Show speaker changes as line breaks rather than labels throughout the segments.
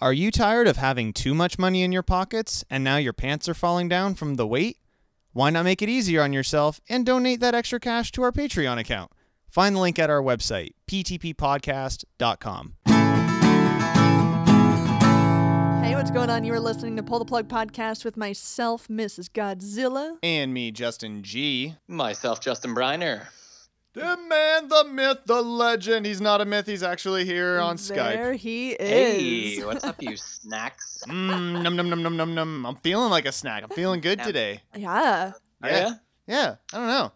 Are you tired of having too much money in your pockets and now your pants are falling down from the weight? Why not make it easier on yourself and donate that extra cash to our Patreon account? Find the link at our website, ptppodcast.com.
Hey, what's going on? You are listening to Pull the Plug podcast with myself, Mrs. Godzilla.
And me, Justin G.
Myself, Justin Briner.
The man, the myth, the legend. He's not a myth. He's actually here on
There
Skype.
he is.
Hey, what's up, you snacks?
Mm, num num num num num num. I'm feeling like a snack. I'm feeling good today.
Yeah.
Are
Yeah.
ya?
Yeah. I don't know.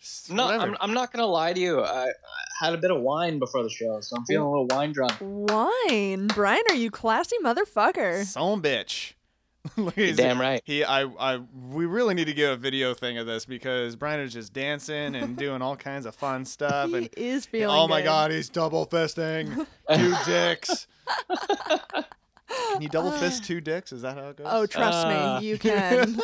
Just
No,
whatever.
I'm, I'm not gonna lie to you. I, I had a bit of wine before the show, so I'm feeling a little wine drunk.
Wine. Brian, are you classy motherfucker?
Son bitch. Look, he's-
damn right.
He, I, I, we really need to get a video thing of this because Brian is just dancing and doing all kinds of fun stuff.
He
And
is feeling
oh my
good.
God, he's double fisting two dicks. Can you double
Uh,
fist two dicks? Is that how it goes?
Oh, trust
Uh.
me, you can.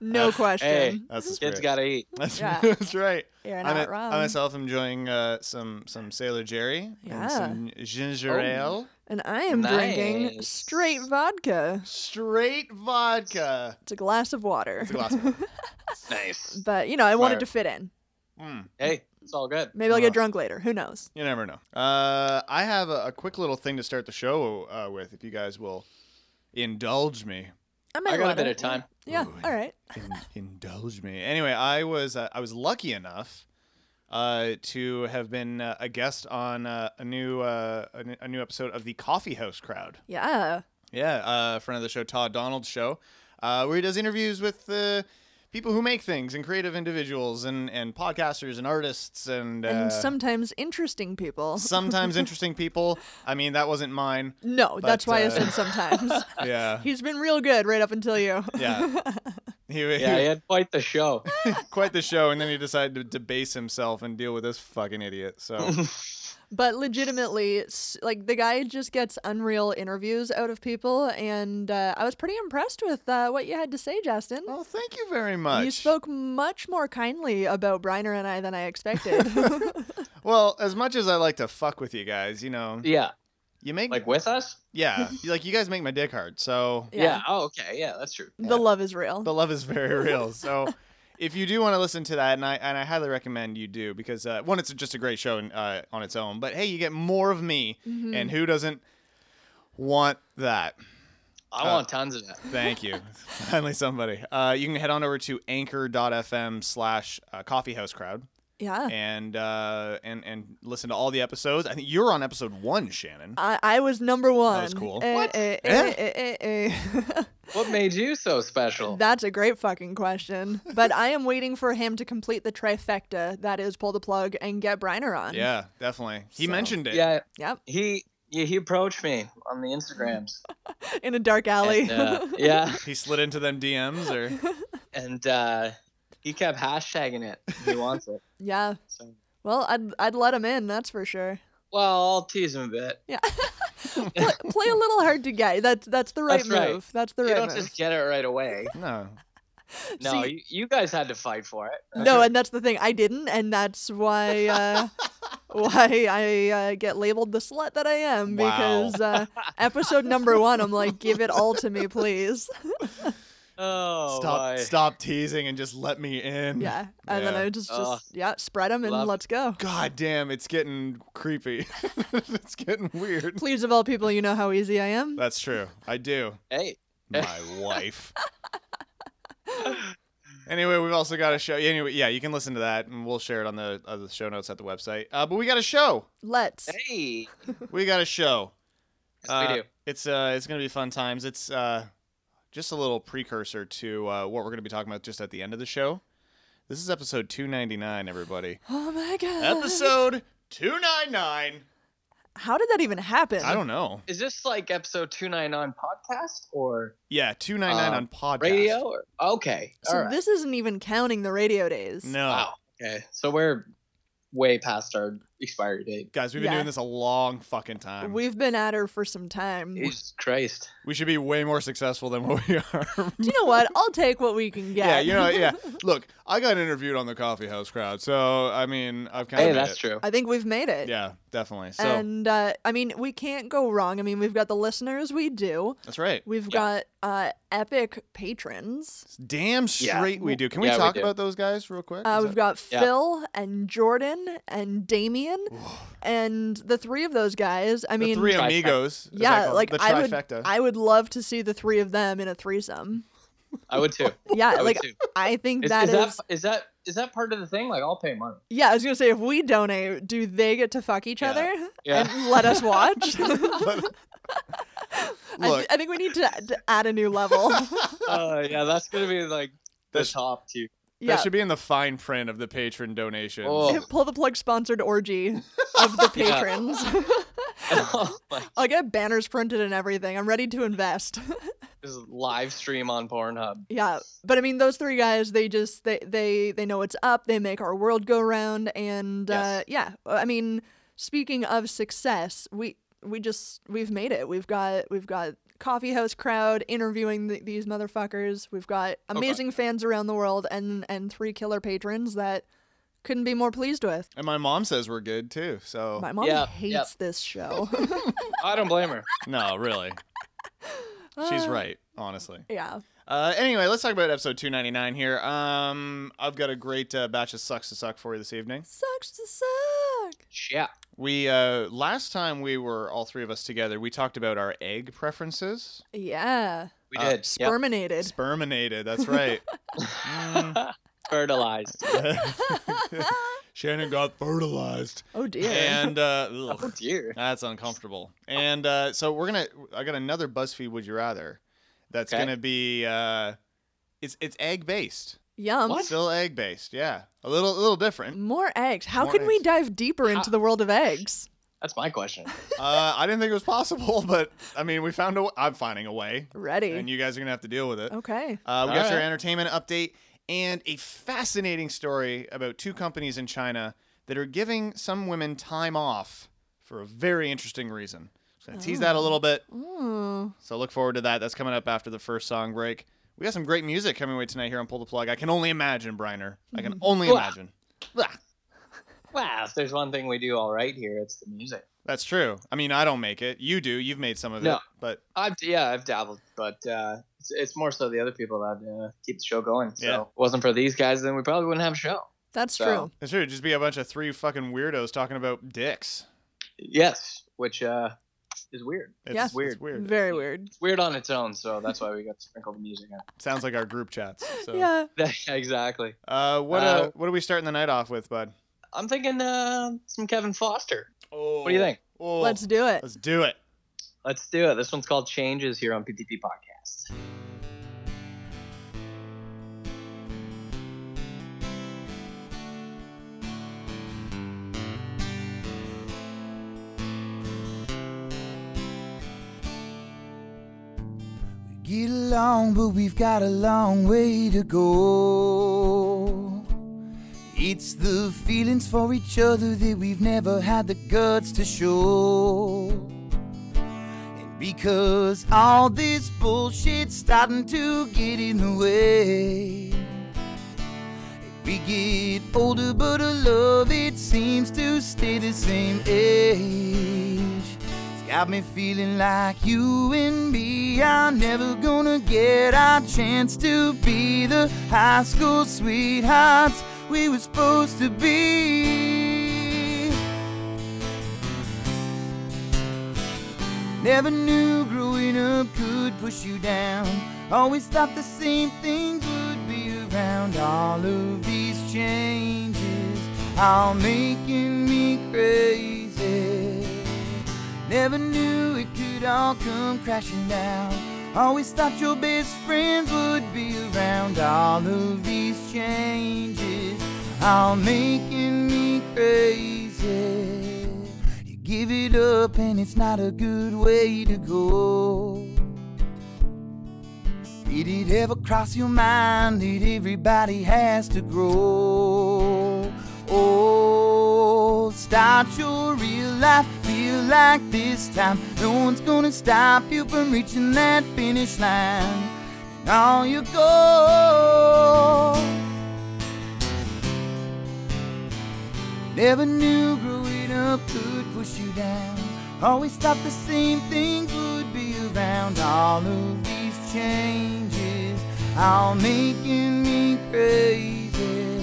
no question.
hey.
that's the
Kids
spirit.
gotta eat.
that's,
Yeah.
that's right.
You're
I'm
not
a-
wrong.
I myself am enjoying uh, some some Sailor Jerry
Yeah.
and some ginger
Oh.
ale,
and I am drinking
Nice.
straight vodka.
straight vodka.
It's a glass of water.
It's a glass. of wine.
Nice.
but, you know, I wanted
Smart.
to fit in.
Mm.
Hey, it's all good.
Maybe I'll get
Uh.
drunk later. Who knows?
You never know. Uh, I have a, a quick little thing to start the show uh, with, if you guys will indulge me.
I might
I got a
let
bit
it.
of time.
Yeah.
Ooh.
All right.
In, indulge me. Anyway, I was uh, I was lucky enough uh, to have been uh, a guest on uh, a new uh, a, n- a new episode of the Coffee House Crowd.
Yeah.
Yeah, uh, friend of the show, Todd Donald's show, uh, where he does interviews with uh, people who make things and creative individuals and and podcasters and artists and. Uh,
and sometimes interesting people.
Sometimes interesting people. I mean, that wasn't mine.
No, that's
But,
why I
uh,
said sometimes.
Yeah.
He's been real good right up until you.
Uh, Yeah. He, he
Yeah, he had quite the show.
quite the show, and then he decided to debase himself and deal with this fucking idiot. So
But legitimately, s- like the guy just gets unreal interviews out of people, and uh, I was pretty impressed with uh, what you had to say, Justin.
Oh, thank you very much.
You spoke much more kindly about Briner and I than I expected.
Well, as much as I like to fuck with you guys, you know,
yeah,
you make
like with us.
yeah, you- like you guys make my dick hard. So
Yeah.
Oh, okay. Yeah, that's true.
Yeah.
The love is real.
the love is very real. So if you do want to listen to that, and I and I highly recommend you do because uh, one, it's just a great show uh, on its own. But hey, you get more of me,
Mhm.
and who doesn't want that?
I
Uh,
want tons of that.
Thank you. Finally, somebody. Uh, you can head on over to anchor.fm slash uh, coffeehouse crowd
yeah.
and, uh, and, and listen to all the episodes. I think you're on episode one, Shannon.
I, I was number one.
was cool.
Eh,
What?
eh,
Yeah.
eh, eh, eh, eh.
What made you so special?
That's a great fucking question. But I am waiting for him to complete the trifecta that is pull the plug and get Briner on.
yeah, definitely. He
So-
mentioned it.
yeah,
Yep.
he yeah, he approached me on the Instagrams.
In a dark alley.
And, uh, yeah,
He slid into them DMs or
and uh, he kept hashtagging it. He wants it.
yeah.
So.
Well, I'd I'd let him in, that's for sure.
Well, I'll tease him a bit.
Play, play a little hard to get. That's that's the right
That's right.
move. That's the
you
right
don't
move.
just get it right away.
no.
No,
See-
you, you guys had to fight for it.
No, and that's the thing. I didn't, and that's why uh, why I uh, get labeled the slut that I am
Wow.
because uh, episode number one, I'm like, give it all to me, please.
Oh,
stop
boy.
stop teasing and just let me in.
Yeah, and then
Yeah.
I just just
Ugh.
yeah, spread them and
Love-
let's go.
God damn, it's getting creepy. it's getting weird.
Please, of all people, you know how easy I am.
That's true. I do.
Hey,
my wife. Anyway, we've also got a show. Anyway, yeah, you can listen to that, and we'll share it on the on the show notes at the website. Uh, but we got a show.
Let's.
hey.
We got a show.
Yes,
Uh,
we do.
It's uh, it's gonna be fun times. It's uh, just a little precursor to uh, what we're gonna be talking about just at the end of the show. This is episode two ninety nine, everybody.
Oh my god.
episode two nine nine.
How did that even happen?
I don't know.
Is this like episode 299 podcast or
Yeah, two nine nine
Uh,
on podcast.
radio? Or Okay.
So
all right.
this isn't even counting the radio days.
No.
Wow. Okay. So we're way past our expiry date.
Guys, we've been
Yeah.
doing this a long fucking time. We,
We've been at her for some time.
Jesus Christ.
should be way more successful than what we are.
Do you know what? I'll take what we can get.
yeah, you know, yeah. Look, I got interviewed on the Coffee House crowd, so I mean, I've kind
Hey,
of
that's true. Um,
I think we've made it.
Yeah, definitely. So
And uh, I mean, we can't go wrong. I mean, we've got the listeners we do.
that's right.
We've got uh, epic patrons.
Damn
Yeah.
straight we do. Can we
Yeah, we
talk
do.
about those guys real quick?
Uh,
Is
we've
that-
got
Yeah.
Phil and Jordan and Damien, and the three of those guys. I
the
mean,
three
Trifecta.
amigos. is that
yeah,
called?
like
the
I would,
trifecta.
I would love to see the three of them in a threesome.
I would too. I
Yeah,
would
like
too.
I think
Is,
that
is
is.
that is that is that part of the thing? Like, I'll pay money.
yeah, I was gonna say if we donate, do they get to fuck each
Yeah.
other
Yeah.
and let us watch? I,
Look.
th- I think we need to, to add a new level.
uh, yeah, that's gonna be like the
That's-
top two.
That
yeah,
should be in the fine print of the patron donations.
Oh.
pull the plug sponsored orgy of the
Yeah.
patrons.
like,
I'll get banners printed and everything. I'm ready to invest.
this is live stream on Pornhub.
yeah, but I mean, those three guys, they just they they they know what's up. They make our world go round, and uh,
Yes.
yeah, I mean, speaking of success, we we just we've made it. We've got we've got coffee house crowd interviewing th- these motherfuckers. We've got
Oh, God.
amazing fans around the world, and and three killer patrons that couldn't be more pleased with.
And my mom says we're good too. So
My mom
Oh, Yeah,
hates
yeah.
this show.
I don't blame her.
no, really, she's
Uh,
right. Honestly.
Yeah.
Uh, anyway, let's talk about episode 299 here. Um, I've got a great uh, batch of sucks to suck for you this evening.
Sucks to suck.
Yeah.
We uh, last time we were all three of us together, we talked about our egg preferences.
Yeah.
We
Uh,
did. yeah.
Sperminated.
Sperminated. That's right. Mm.
Fertilized.
Shannon got fertilized.
oh dear.
And uh, ugh.
Oh dear.
That's uncomfortable. And uh, so we're gonna. I got another BuzzFeed Would You Rather. That's
Okay.
gonna be. Uh, it's it's egg based.
Yum.
Still egg based. Yeah, a little a little different.
More eggs. How
More
can we
eggs.
dive deeper
How-
into the world of eggs?
That's my question.
uh, I didn't think it was possible, but I mean, we found a. W- I'm finding a way, and
Ready.
you guys are gonna have to deal with it.
Okay.
Uh,
All
we got your
right.
entertainment update and a fascinating story about two companies in China that are giving some women time off for a very interesting reason. Just gonna tease that a
Oh.
little bit.
Mm.
So look forward to that. That's coming up after the first song break. We got some great music coming away tonight here on Pull the Plug. I can only imagine, Briner. I can only
Mm-hmm.
Blah.
imagine.
wow, if there's one thing we do all right here, it's the music.
That's true. I mean, I don't make it. You do. You've made some of
No.
it. But
I've yeah, I've dabbled, but uh, it's, it's more so the other people that uh, keep the show going. So
Yeah.
if it wasn't for these guys, then we probably wouldn't have a show.
That's
So-
true.
it should just be a bunch of three fucking weirdos talking about dicks.
Yes, which uh, is weird.
It's
Yeah.
it's
Weird.
weird.
Very weird.
It's weird on its own, so that's why we got to sprinkle the music in.
Sounds like our group chats. So.
Yeah.
exactly.
Uh, what uh,
Uh,
what are we starting the night off with, bud?
I'm thinking uh, some Kevin Foster.
Oh,
What do you think?
Oh,
Let's do it.
let's do it.
Let's do it. This one's called Changes here on PTP Podcast.
Get along, but we've got a long way to go. It's the feelings for each other that we've never had the guts to show. And because all this bullshit's starting to get in the way. We get older, but our love it seems to stay the same age. It's got me feeling like you and me are never gonna get our chance to be the high school sweethearts we were supposed to be. Never knew growing up could push you down. Always thought the same things would be around. All of these changes are making me crazy. Never knew it could all come crashing down. Always thought your best friends would be around. All of these changes are making me crazy. You give it up and it's not a good way to go. Did it ever cross your mind that everybody has to grow? Oh, show. Start your real life, feel like this time. No one's gonna stop you from reaching that finish line. And on you go. Never knew growing up could push you down. Always thought the same things would be around. All of these changes all making me crazy.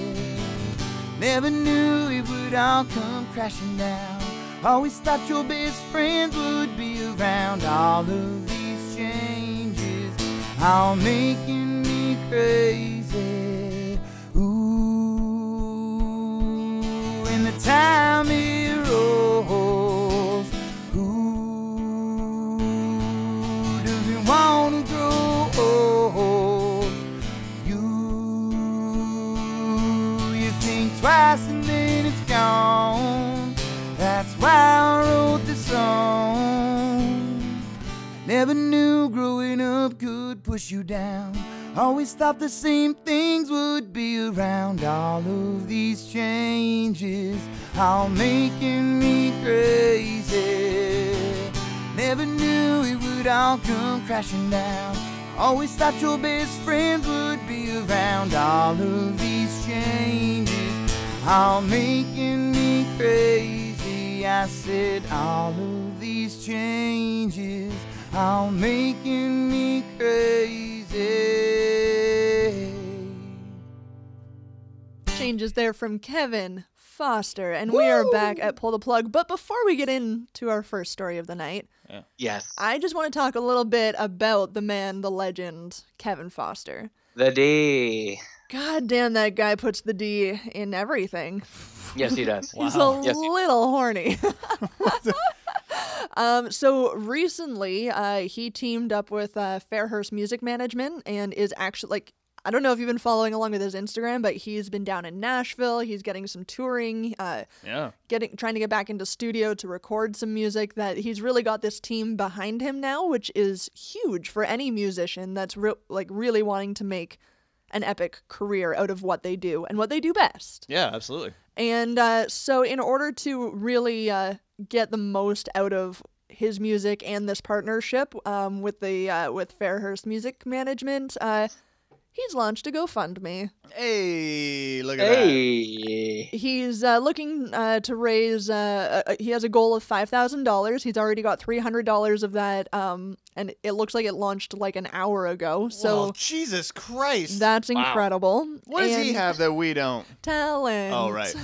Never knew it would all come crashing down. Always thought your best friends would be around. All of these changes all making me crazy. Ooh, and the time it rolls. Ooh, do you wanna grow old? You, you think twice and then it's gone. That's why I wrote this song. Never knew growing up could push you down. Always thought the same things would be around. All of these changes all making me crazy. Never knew it would all come crashing down. Always thought your best friends would be around. All of these changes all making me crazy. I said all of these changes all making me crazy.
Changes there from Kevin Foster, and we are back at Pull the Plug. But before we get into our first story of the night,
Yes.
I just want to talk a little bit about the man, the legend, Kevin Foster.
The D.
God damn, that guy puts the D in everything.
Yes, he does.
He's
Wow.
a
Yes, he-
little horny. um, so recently, uh, he teamed up with uh, Fairhurst Music Management and is actually like I don't know if you've been following along with his Instagram, but he's been down in Nashville. He's getting some touring, uh,
Yeah.
getting trying to get back into studio to record some music. That he's really got this team behind him now, which is huge for any musician that's re- like really wanting to make an epic career out of what they do and what they do best.
Yeah, absolutely.
And uh, so, in order to really uh, get the most out of his music and this partnership um, with the uh, with Fairhurst Music Management, uh, he's launched a GoFundMe.
Hey, look at that.
Hey.
He's uh, looking uh, to raise. Uh, uh, he has a goal of five thousand dollars. He's already got three hundred dollars of that, um, and it looks like it launched like an hour ago. So
Well, Oh, Jesus Christ.
that's incredible.
what does he
And
have that we don't?
Talent.
Oh, right.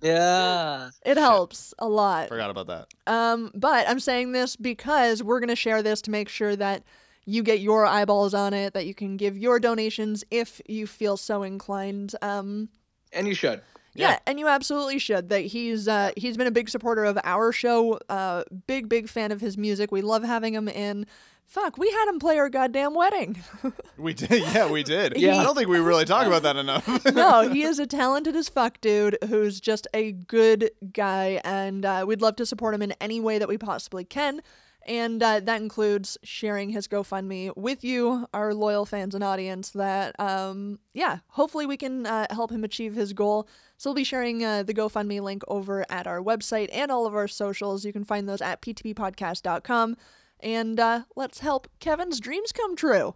Yeah.
It helps a lot.
Forgot about that.
Um, but I'm saying this because we're going to share this to make sure that you get your eyeballs on it, that you can give your donations if you feel so inclined. Um,
And you should.
yeah,
Yeah.
and you absolutely should. That he's uh, he's been a big supporter of our show, uh, big big fan of his music. We love having him in. Fuck, we had him play our goddamn wedding.
We did. Yeah, we did.
Yeah.
I don't think we really talk about that enough.
no, he is a talented as fuck dude who's just a good guy, and uh, we'd love to support him in any way that we possibly can. And uh, that includes sharing his GoFundMe with you, our loyal fans and audience. That, um, yeah, hopefully we can uh, help him achieve his goal. So we'll be sharing uh, the GoFundMe link over at our website and all of our socials. You can find those at ptppodcast.com. And uh, let's help Kevin's dreams come true.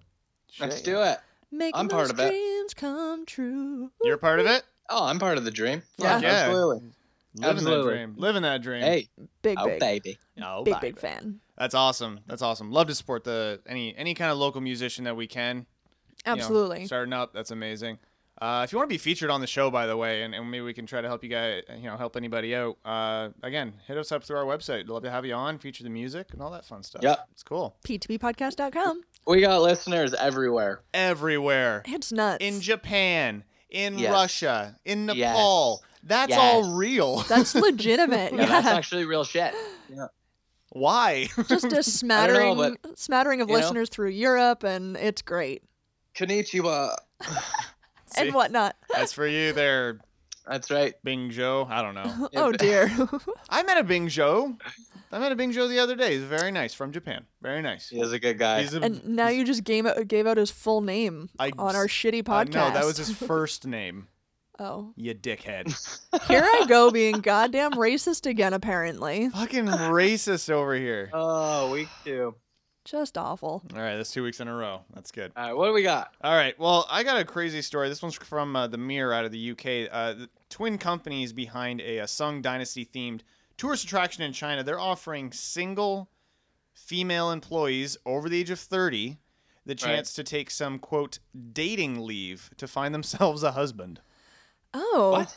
Let's do it.
Making
I'm part
those
of it.
dreams come true.
You're part of it?
Oh, I'm part of the dream.
Yeah.
Yeah.
absolutely.
Living
Absolutely.
that dream. Living that dream.
Hey,
Big,
oh
big.
baby.
Oh,
big
bye.
big fan.
That's awesome. That's awesome. Love to support the any any kind of local musician that we can. you know,
Absolutely.
starting up, that's amazing. Uh, if you want to be featured on the show, by the way, and, and maybe we can try to help you guys, you know, help anybody out. Uh, again, hit us up through our website. Love to have you on, feature the music, and all that fun stuff.
Yep.
it's cool.
P2Ppodcast.com.
We got listeners everywhere.
Everywhere
It's nuts.
in Japan, in
Yes.
Russia, in
Yes.
Nepal. That's
Yes.
all real.
That's legitimate.
Yeah,
yeah.
that's actually real shit. Yeah.
Why?
Just a smattering smattering of
you know?
listeners through Europe and it's great.
Konnichiwa.
See?
And whatnot.
That's for you there,
That's right.
Bing Joe. I don't know.
Yeah,
oh
but-
dear.
I met a Bing Joe. I met a Bing Joe the other day. He's very nice from Japan. Very nice.
He is a good guy.
He's a,
and now you just gave out, gave out his full name
I-
on our shitty
uh,
podcast.
no, that was his first name.
Oh.
You dickhead.
Here I go being goddamn racist again, apparently.
Fucking racist over here.
Oh, week two.
Just awful.
All right, that's two weeks in a row. That's good.
All right, what do we got?
All right. Well, I got a crazy story. This one's from uh, the Mirror out of the UK. Uh, the twin companies behind a, uh Sung Dynasty themed tourist attraction in China. They're offering single female employees over the age of 30 the chance to take some quote dating leave to find themselves a husband.
Oh.
What?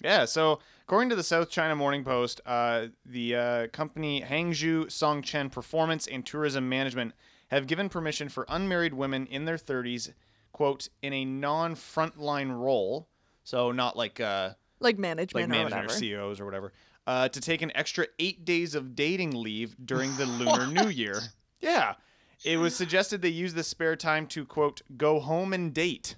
Yeah, so according to the South China Morning Post, uh, the uh, company Hangzhou Songchen Performance and Tourism Management have given permission for unmarried women in their 30s, quote, in a non frontline role, so not like uh,
Like management
like
or
management or,
whatever.
CEOs or whatever, uh, to take an extra eight days of dating leave during the Lunar New Year. Yeah. It was suggested they use this spare time to, quote, go home and date.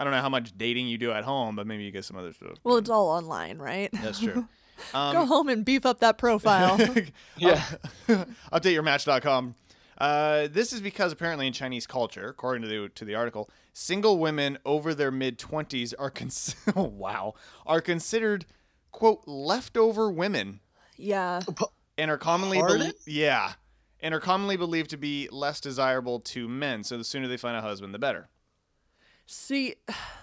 I don't know how much dating you do at home, but maybe you get some other stuff.
well, it's all online, right?
That's true. Um,
go home and beef up that profile.
yeah. Update your match.com. Uh, this is because apparently in Chinese culture, according to the to the article, single women over their mid twenties are cons- oh, wow are considered quote leftover women
yeah.
and are commonly
Pardon?
yeah and are commonly believed to be less desirable to men. So the sooner they find a husband, the better.
See,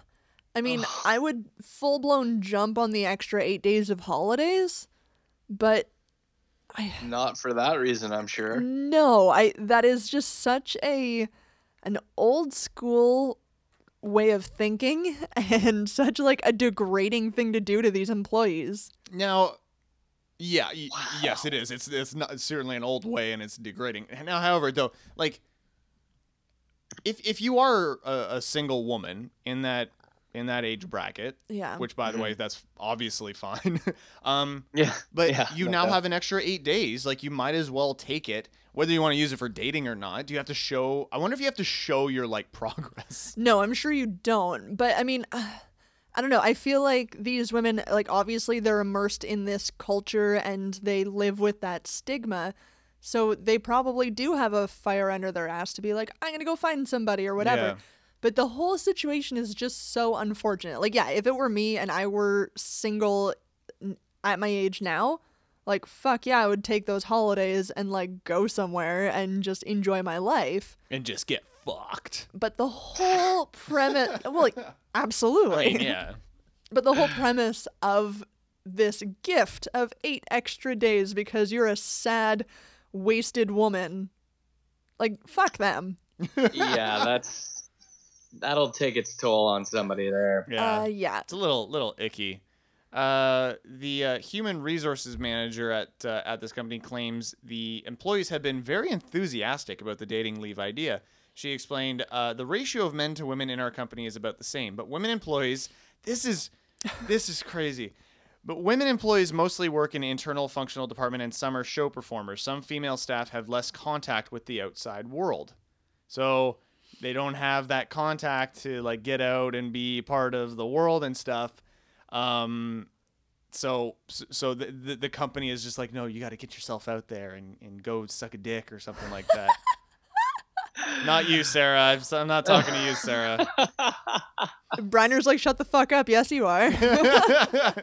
I mean, I would full blown jump on the extra eight days of holidays, but
Not for that reason, I'm
Mm.
sure.
no, I that is just such a an old school way of thinking and such like a degrading thing to do to these employees.
Now, yeah, y- yes, it is. It's it's not it's certainly an old way, and it's degrading. Now, however, though, like if if you are a, a single woman in that in that age bracket,
Yeah.
which by the way, that's obviously fine. um,
Yeah.
but
Yeah,
you
no
now
doubt.
have an extra eight days. Like you might as well take it, whether you want to use it for dating or not. Do you have to show? I wonder if you have to show your like progress.
No, I'm sure you don't. But I mean, uh, I don't know. I feel like these women, like, obviously they're immersed in this culture and they live with that stigma. So they probably do have a fire under their ass to be like, I'm going to go find somebody or whatever.
Yeah.
But the whole situation is just so unfortunate. Like, yeah, if it were me and I were single n- at my age now, like, fuck yeah, I would take those holidays and, like, go somewhere and just enjoy my life
And just get fucked.
but the whole premise well like, absolutely
Uh,
Yeah.
but the whole premise of this gift of eight extra days because you're a sad wasted woman like fuck them
yeah, that's that'll take its toll on somebody there.
Yeah.
uh yeah
It's a little little icky. Uh, the uh, human resources manager at uh, at this company claims the employees have been very enthusiastic about the dating leave idea. She explained, uh, "The ratio of men to women in our company is about the same, but women employees this is this is crazy. But women employees mostly work in internal functional department, and some are show performers. Some female staff have less contact with the outside world." So they don't have that contact to like get out and be part of the world and stuff. Um, so so the, the the company is just like, no, you got to get yourself out there and, and go suck a dick or something like that. not you, Sarah. I'm, s- I'm not talking to you, Sarah.
briner's like shut the fuck up yes you are
Sarah,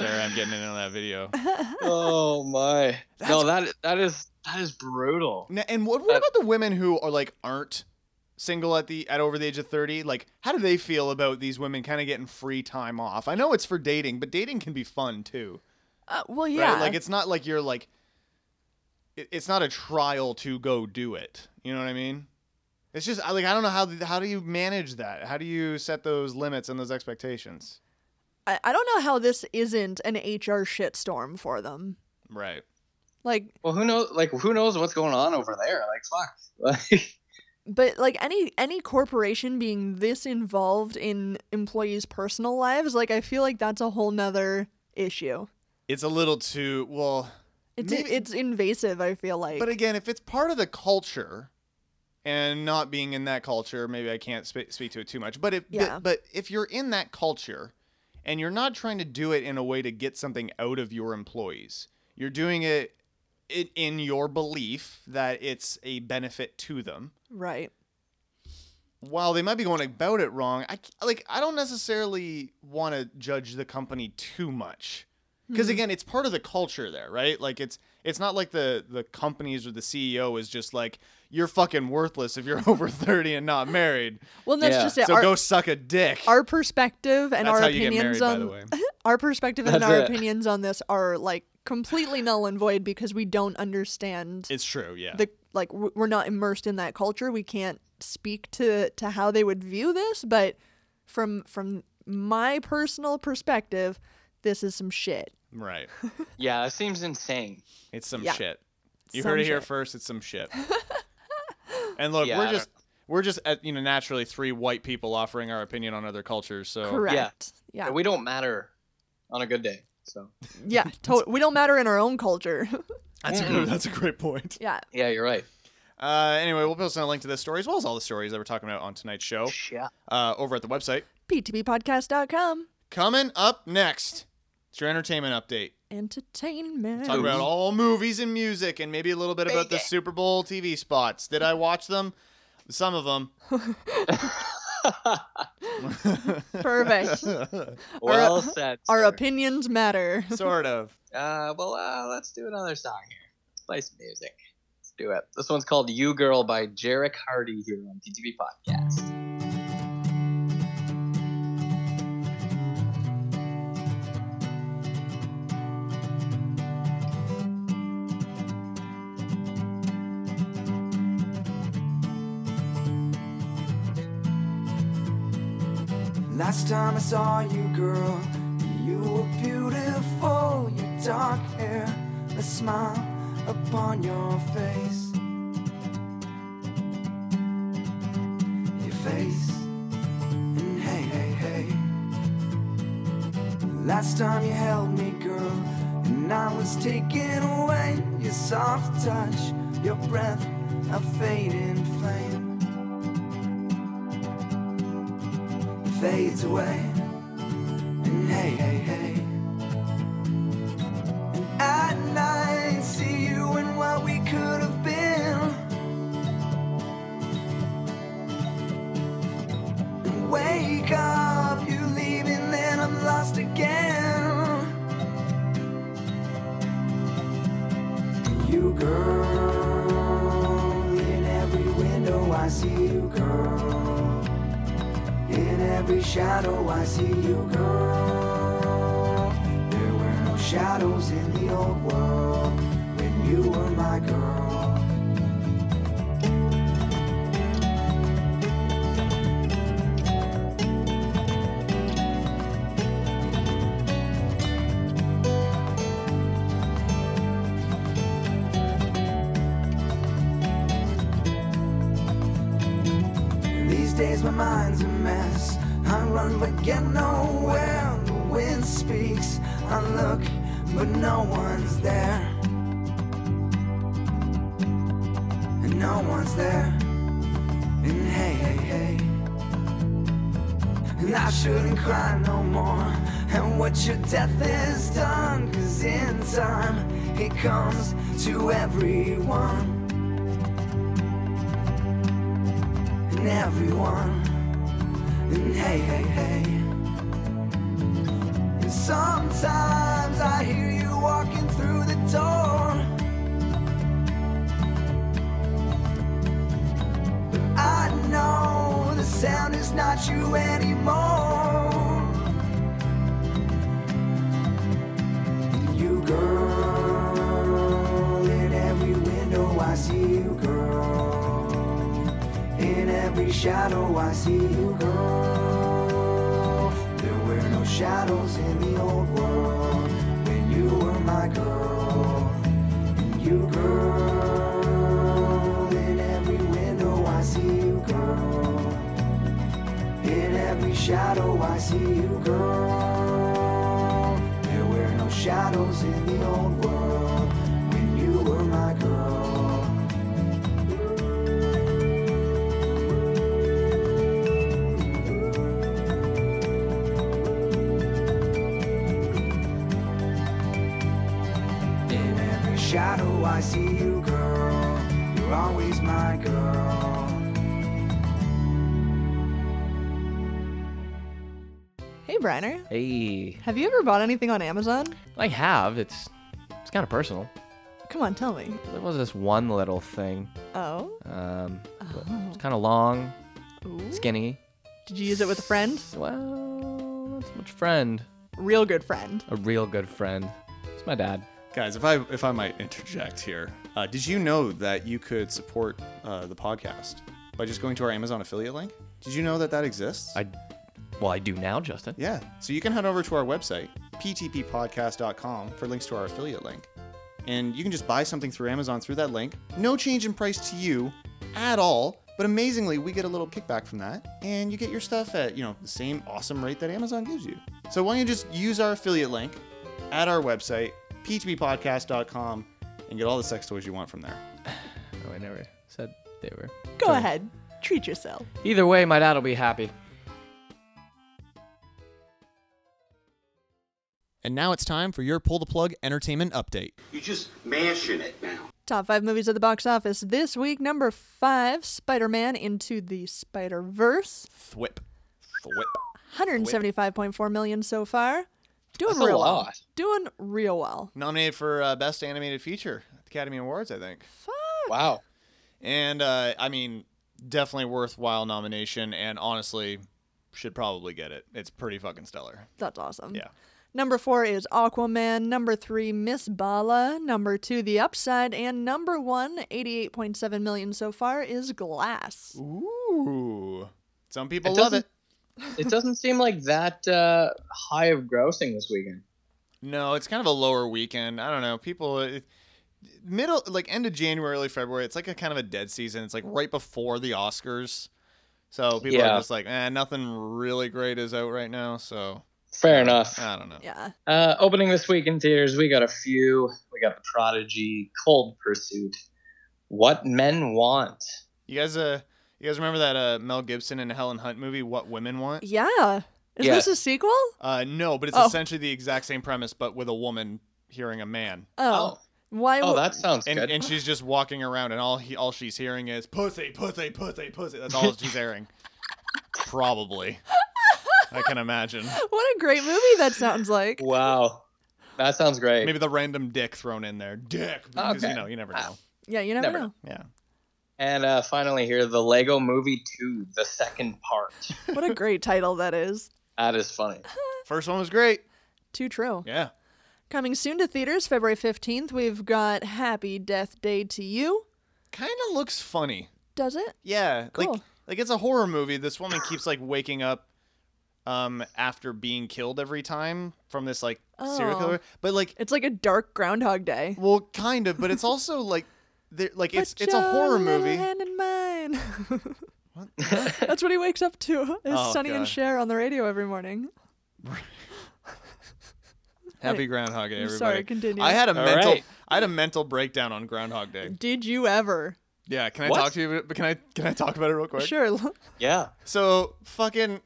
I'm getting into that video.
oh my. No, that that is that is brutal.
Now, and what, what about the women who are like aren't single at the at over the age of 30? Like how do they feel about these women kind of getting free time off? I know it's for dating, but dating can be fun too.
uh, well
Right?
yeah
Like it's not like you're like it, it's not a trial to go do it. You know what I mean? It's just I- like I don't know how how do you manage that? How do you set those limits and those expectations?
I, I don't know how this isn't an hr shitstorm for them
Right.
like
Well, who knows? Like, who knows what's going on over there? Like, fuck. Like,
but like any any corporation being this involved in employees personal lives like i feel like that's a whole nother issue
It's a little too well,
it's
Maybe-
it's invasive i feel like
But again, if it's part of the culture and not being in that culture, maybe I can't sp- speak to it too much. But if but-
Yeah.
but, if you're in that culture and you're not trying to do it in a way to get something out of your employees, you're doing it it in your belief that it's a benefit to them.
right
while they might be going about it wrong, I c- like I don't necessarily want to judge the company too much because
Hmm.
again, it's part of the culture there, right? Like it's it's not like the the companies or the CEO is just like you're fucking worthless if you're over thirty and not married,
Well, and that's
Yeah.
just it.
so
our,
go suck a dick.
our perspective and
That's
our
how you get
opinions
married,
on
by the way.
our perspective and
That's
our
it.
opinions on this are like completely null and void because we don't understand
It's true, yeah.
the like w- we're not immersed in that culture we can't speak to to how they would view this but from from my personal perspective this is some shit
right.
Yeah, that seems insane.
It's some
Yeah.
shit. You
Some
heard it here
shit.
first. It's some shit. and look,
Yeah, I
we're
don't-
just we're just at, you know naturally three white people offering our opinion on other cultures. So
correct yeah yeah,
We don't matter on a good day. So
to- we don't matter in our own culture
that's a good, that's a great point.
yeah
yeah, you're right.
Mm-hmm. Uh, anyway, we'll post a link to this story as well as all the stories that we're talking about on tonight's show
Yeah.
uh, over at the website.
p2bpodcast.com
Coming up next, it's your entertainment update.
entertainment
Talk about all movies and music, and maybe a little bit about the Super Bowl TV spots. Did I watch them? Some of them.
perfect
Well
Our-
said.
our
sir.
opinions matter
sort of.
Uh, well, uh, let's do another song here. Let's play some music. Let's do it. This one's called "You Girl" by Jarek Hardy here on PTV Podcast.
Last time I saw you, girl, you were beautiful. Your dark hair, the smile upon your face. Your face, and hey, hey, hey. Last time you held me, girl, and I was taken away. Your soft touch, your breath, a fading flame. fades away. And hey, hey, hey. And at night, see you and what we could have been. And wake up, you leaving, then I'm lost again. You girl, in every window I see you girl. In every shadow I see you, girl. There were no shadows in the old world when you were my girl. These days my mind's a mess. I run but get nowhere. The wind speaks. I look, but no one's there. And no one's there. And hey, hey, hey. And I shouldn't cry no more. And what your death is done. Cause in time, it comes to everyone. and everyone. And hey, hey, hey. And sometimes I hear you walking through the door. But I know the sound is not you anymore. And you, girl, in every window I see you, girl. In every shadow I see you, girl. There were no shadows in the old world when you were my girl. And you, girl. In every window I see you, girl. In every shadow I see you, girl. There were no shadows in the old world when you were my girl. In every shadow I see you, girl. You're always my girl.
Hey, Briner.
Hey,
Have you ever bought anything on Amazon?
I have. It's it's kind of personal.
Come on, tell me.
There was this one little thing.
Oh.
Um, but
Oh.
it's kind of long,
Ooh.
skinny.
Did you use it with a friend?
Well, not so much friend.
Real good friend.
A real good friend. It's my dad.
Guys, if I if I might interject here, uh, did you know that you could support uh, the podcast by just going to our Amazon affiliate link? Did you know that that exists?
I, well, I do now, Justin.
yeah. So you can head over to our website, ptppodcast.com, for links to our affiliate link, and you can just buy something through Amazon through that link. No change in price to you at all, but amazingly, we get a little kickback from that, and you get your stuff at you know the same awesome rate that Amazon gives you. So why don't you just use our affiliate link at our website, ptppodcast.com, and get all the sex toys you want from there.
Oh, I never said they were.
Go
Sorry.
ahead. Treat yourself.
Either way, my dad will be happy.
And now it's time for your pull the plug entertainment update.
You just mashing it now.
Top five movies at the box office this week. Number five, Spider Man Into the Spider Verse.
Thwip. Thwip.
175.4 million so far. Doing
That's a
real well.
lot.
Doing real well.
Nominated for uh, Best Animated Feature at the Academy Awards, I think.
Wow.
And uh, I mean, definitely worthwhile nomination, and honestly, should probably get it. It's pretty fucking stellar.
That's awesome.
Yeah.
Number four is Aquaman. Number three, Miss Bala. Number two, The Upside. And number one, 88.7 million so far, is Glass.
Ooh. Some people
It
love
doesn't-
it.
It doesn't seem like that uh, high of grossing this weekend.
No, it's kind of a lower weekend. I don't know. People, it, middle, like end of January, early February, it's like a kind of a dead season. It's like right before the Oscars. So people
Yeah.
are just like, eh, nothing really great is out right now. So
Fair enough.
I don't know.
Yeah.
Uh, opening this week in theaters, we got a few. We got The Prodigy, Cold Pursuit, What Men Want.
You guys, uh, you guys remember that uh, Mel Gibson and Helen Hunt movie, What Women Want?
Yeah. Is
Yeah.
this a sequel?
Uh, no, but it's
Oh.
essentially the exact same premise, but with a woman hearing a man,
Oh. Why?
Oh,
w-
that sounds
and
good.
and she's just walking around, and all he all she's hearing is pussy, pussy, pussy, pussy. That's all she's hearing. Probably, I can imagine.
What a great movie that sounds like.
wow. That sounds great.
Maybe the random dick thrown in there, dick, because you
Okay.
know you never
Wow.
know.
Yeah, you never,
Never
know.
Yeah,
And uh, finally, here, The Lego Movie 2, the second part.
What a great title that is.
that is funny.
first one was great.
Too true.
Yeah,
Coming soon to theaters, February 15th, we've got Happy Death Day to You.
kind of looks funny.
Does it?
Yeah,
Cool.
like like it's a horror movie. This woman keeps like waking up um after being killed every time from this like serial
Oh.
killer. But like
It's like a dark Groundhog Day.
well kind of, but it's also like there like it's
Put
it's a
your
horror
little
movie.
Hand in mine. That's what he wakes up to. It's
Oh,
Sonny and
God.
Cher on the radio every morning.
Happy Groundhog Day,
I'm
everybody.
sorry, continue.
I had a
All
mental
right.
I had a mental breakdown on Groundhog Day.
Did you ever?
Yeah, can I
What?
talk to you but can I can I talk about it real quick?
Sure.
Yeah.
So fucking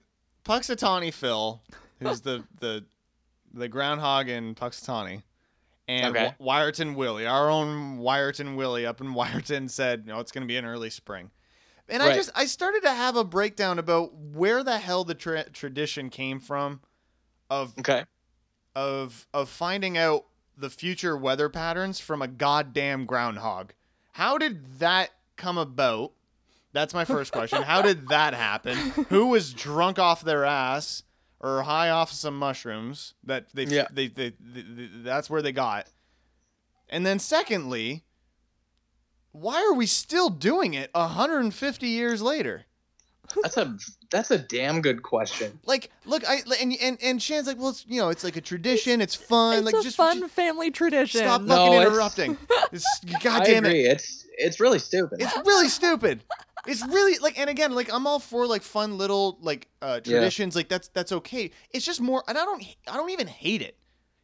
Puxatawny Phil, who's the the the groundhog in Puxatawny, and
Okay.
Wy- Wyerton Willie, our own Wyerton Willie up in Wyerton, said, "No, it's going to be an early spring." And I
Right.
just I started to have a breakdown about where the hell the tra- tradition came from, of
Okay.
of of finding out the future weather patterns from a goddamn groundhog. How did that come about? That's my first question. How did that happen? Who was drunk off their ass or high off some mushrooms that they,
Yeah.
they, they, they, they that's where they got. And then secondly, why are we still doing it 150 years later?
That's a that's a damn good question.
Like, look, I and and and Shan's like, well, it's, you know, it's like a tradition, it's fun,
it's
like
a
just
fun family tradition.
Stop
No,
fucking
it's-
interrupting. It's, God
I
damn
agree.
it.
It's it's really stupid.
It's really stupid. It's really like and again, like I'm all for like fun little like uh
Yeah.
traditions, like that's that's okay. It's just more and I don't I don't even hate it.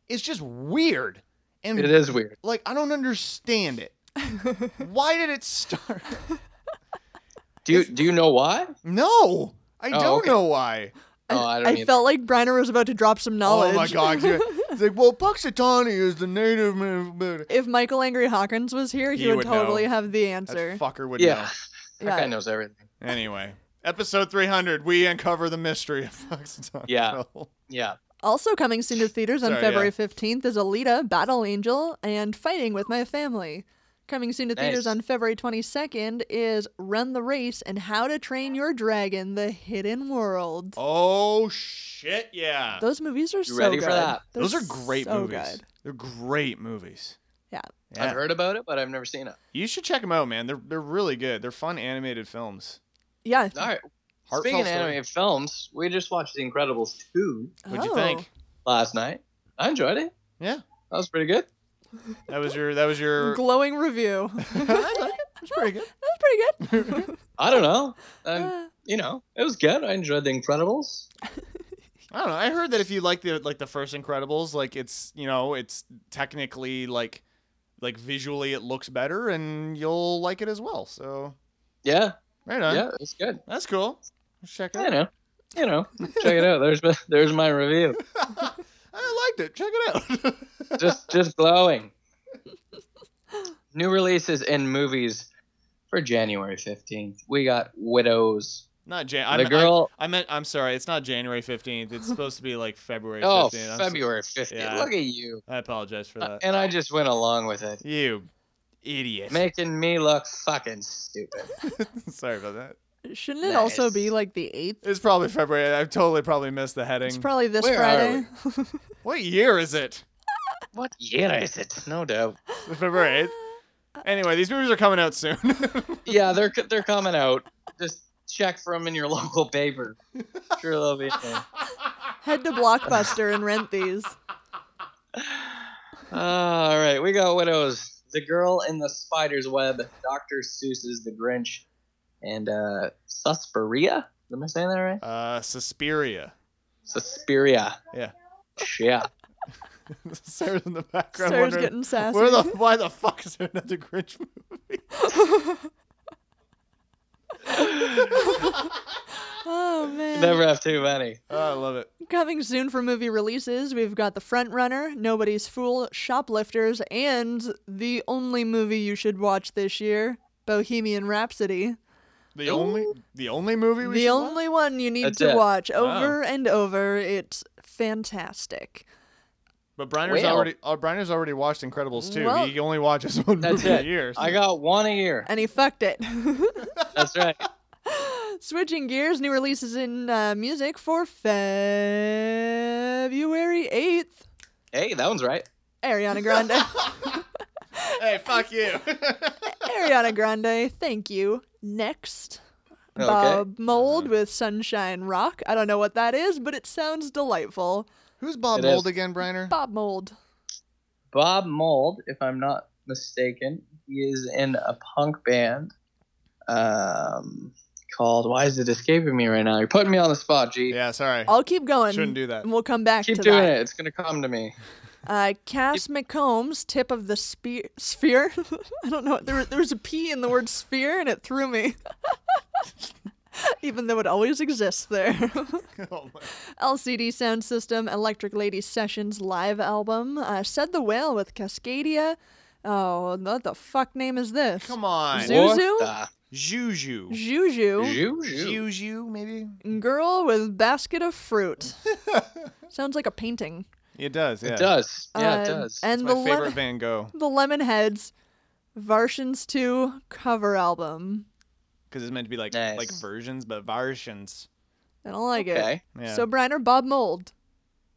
It's just weird. And
It is weird.
like I don't understand it. Why did it start?
Do you do you know why?
No. I don't
Oh, okay.
know why.
Oh, I don't either.
felt like Briner was about to drop some knowledge.
Oh my god. It's like, well, Puxatawny is the native man.
If Michael Angry Hawkins was here, he,
He
would,
would
totally
know.
have the
That
answer.
fucker would
yeah. That
Yeah.
guy knows everything.
know. Anyway. Episode 300, we uncover the mystery of Fox and Tom
Yeah.
Patrol.
Yeah.
Also coming soon to theaters on
Sorry,
February
yeah.
15th is Alita, Battle Angel, and Fighting with My Family. Coming soon to theaters
Nice.
on February 22nd is Run the Race and How to Train Your Dragon, The Hidden World.
Oh, shit, yeah.
Those movies are so
ready
good.
for that?
They're
Those are great
so
movies.
good.
They're great movies.
Yeah.
Yeah.
I've heard about it, but I've never seen it.
You should check them out, man. They're they're really good. They're fun animated films.
Yeah.
All right.
Heartfelt
Speaking of
story.
animated films, we just watched The Incredibles 2
What'd you
Oh.
think?
last night. I enjoyed it.
Yeah.
That was pretty good.
That was your that was your
Glowing review.
That's pretty good.
That's pretty good.
I don't know. Um,
Uh,
you know, it was good. I enjoyed The Incredibles.
I don't know. I heard that if you like the like the first Incredibles, like it's you know it's technically like like visually it looks better, and you'll like it as well. So
Yeah.
right on.
Yeah, it was good.
That's cool. Let's check it.
You
out.
know, you know, check it out. There's my, there's my review.
I liked it. Check it out.
Just just glowing. New releases in movies for January fifteenth. We got Widows.
not Jan.
the
I'm,
girl.
I, I meant. I'm sorry. It's not January fifteenth. It's supposed to be like February.
oh,
15th. I'm so-
February Uh, fifteenth.
Yeah.
Look at you.
I apologize for that.
And I just went along with it,
You idiot.
making me look fucking stupid.
Sorry about that.
shouldn't it also
Nice.
be like the 8th?
It's probably February. I've totally probably missed the heading.
It's probably this
Where are
Friday.
what year is it?
What year is it? No doubt.
Is it February
Uh,
8th? Anyway, these movies are coming out soon.
Yeah, they're c- they're coming out. Just check for them in your local paper. Sure, they'll be. there.
Head to Blockbuster and rent these.
Ah, All right, we got widows. The girl in the spider's web, Doctor Seuss's The Grinch, and uh, Suspiria. Am I saying that right?
uh, Suspiria.
Suspiria.
Yeah.
Yeah.
Sarah's in the background
Sarah's
wondering
getting sassy.
where the why the fuck is there another Grinch movie?
oh, man.
Never have too many.
Oh, I love it.
Coming soon for movie releases, we've got The Front Runner, Nobody's Fool, Shoplifters, and the only movie you should watch this year, Bohemian Rhapsody.
The only the only movie we
The
should
only one you need
That's
to
it.
watch over and over. It's fantastic.
But Briner's
Well.
already uh, Briner's already watched Incredibles too.
Well-
he only watches one
That's
movie a
it.
year. so-
I got one a year.
And he fucked it.
That's right.
Switching gears, new releases in uh, music for February 8th.
Hey, that one's right.
Ariana Grande.
hey, fuck you.
Ariana Grande, thank you. Next,
Okay.
Bob Mold with Sunshine Rock. I don't know what that is, but it sounds delightful.
Who's Bob
It is.
Mold again, Briner?
Bob Mold.
Bob Mold, if I'm not mistaken, he is in a punk band um, called. Why is it escaping me right now? You're putting me on the spot, G.
Yeah, sorry.
I'll keep going.
Shouldn't do that.
And we'll come back
Keep
to
doing
that.
it. It's gonna come to me.
Uh, Cass McCombs, tip of the spe- sphere. I don't know. There, there was a P in the word sphere, and it threw me. Even though it always exists there.
Oh my-
LCD Sound System, Electric Lady Sessions live album, uh, Said the Whale with Cascadia. Oh, what the fuck name is this?
Come on.
Zoo- Zuzu?
What
Juju.
the-
Juju,
Juju.
Juju, maybe?
girl with basket of fruit. Sounds like a painting.
It does, yeah.
It does. Yeah,
Uh,
it does.
It's
And the
my favorite
lemon,
Van Gogh
the Lemonheads, Varshin's Two cover album.
because it's meant to be like
Nice.
like versions, but versions.
I don't like it.
okay.
Yeah.
So Brian or Bob Mold.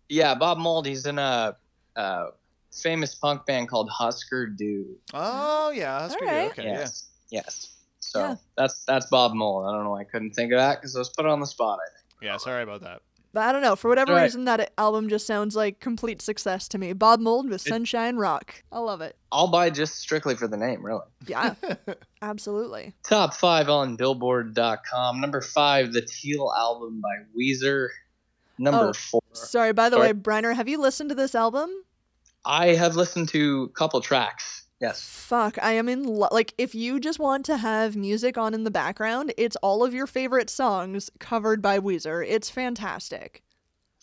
Yeah, Bob Mold. He's in a, uh famous punk band called Husker Du.
oh yeah, that's pretty
Alright.
good. Okay,
Yes. Yes. So
Yeah.
that's that's Bob Mold. I don't know why I couldn't think of that because I was put on the spot. I think.
yeah. Yeah, sorry about that.
But I don't know. For whatever
Right.
reason, that album just sounds like complete success to me. Bob Mold with Sunshine Rock. I love it.
I'll buy just strictly for the name, really.
Yeah, absolutely.
Top five on Billboard.com. Number five, the Teal album by Weezer. Number
Oh.
four,
Sorry, by the
Sorry.
way, Briner, have you listened to this album?
I have listened to a couple tracks. Yes.
Fuck, I am in love. Like, if you just want to have music on in the background, it's all of your favorite songs covered by Weezer. It's fantastic.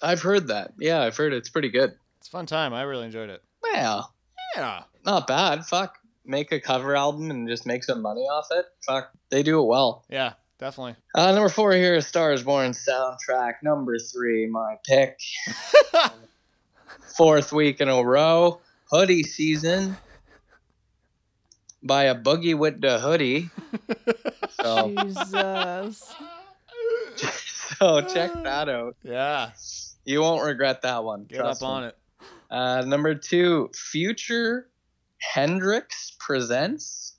I've heard that. Yeah, I've heard it's pretty good.
It's a fun time. I really enjoyed it.
Yeah,
Yeah.
not bad. Fuck. Make a cover album and just make some money off it. Fuck. They do it well.
Yeah. Definitely.
Uh, number four here is Star is Born soundtrack. Number three, my pick. Fourth week in a row, Hoodie Season by a boogie with the hoodie. So,
Jesus.
so check that out.
Yeah.
You won't regret that one.
Get up on it.
Uh, number two, Future Hendrix presents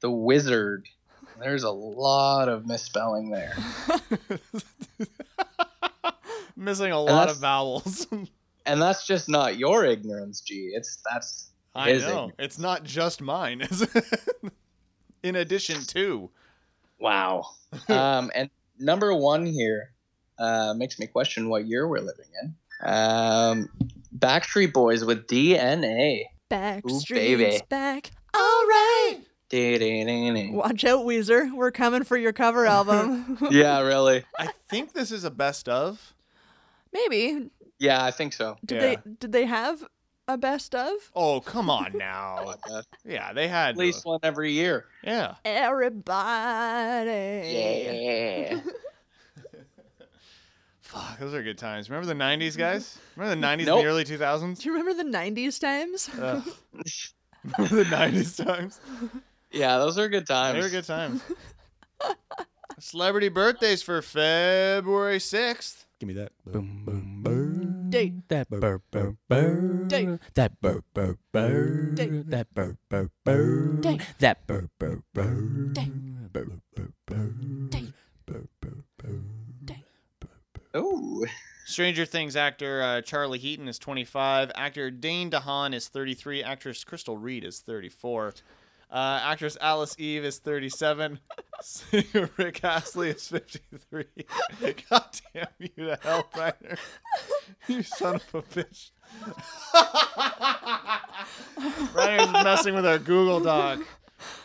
The Wizard. There's a lot of misspelling there.
Missing a lot
that's-
of vowels.
And that's just not your ignorance, G. It's that's
I
his
know.
ignorance.
It's not just mine. is it? In addition to.
Wow. um, and number one here uh, makes me question what year we're living in. Um, Backstreet Boys with DNA.
Back
Ooh,
streets
baby.
back. All right.
Dee-dee-dee-dee.
Watch out, Weezer. We're coming for your cover album.
Yeah, really.
I think this is a best of.
Maybe.
Yeah, I think so.
Did
Yeah.
they did they have a best of?
Oh, come on now.
Uh,
Yeah, they had.
At
to
least
have-
one every year.
Yeah.
Everybody.
Yeah.
Fuck, those are good times. Remember the 90s, guys? Remember the 90s and
Mm-hmm. Nope.
the early 2000s?
Do you remember the nineties times?
Um,
Ugh. Remember the 90s times?
yeah, those are good times.
They were good times. Celebrity birthdays for February 6th.
Give me that. Boom, boom, boom.
Date.
That burr, burr, burr.
Date.
That burr, burr, burr.
Date.
That burr, burr, burr.
Date.
That burr, burr, burr.
Date.
Burr, burr, burr.
Date.
Burr, burr, burr.
Ooh.
Stranger Things actor uh, Charlie Heaton is 25. Actor Dane DeHaan is 33. Actress Crystal Reed is 34. Uh, actress Alice Eve is 37. Singer Rick Astley is 53. God damn you to hell, Reiner. You son of a bitch. Reiner's messing with our Google Doc.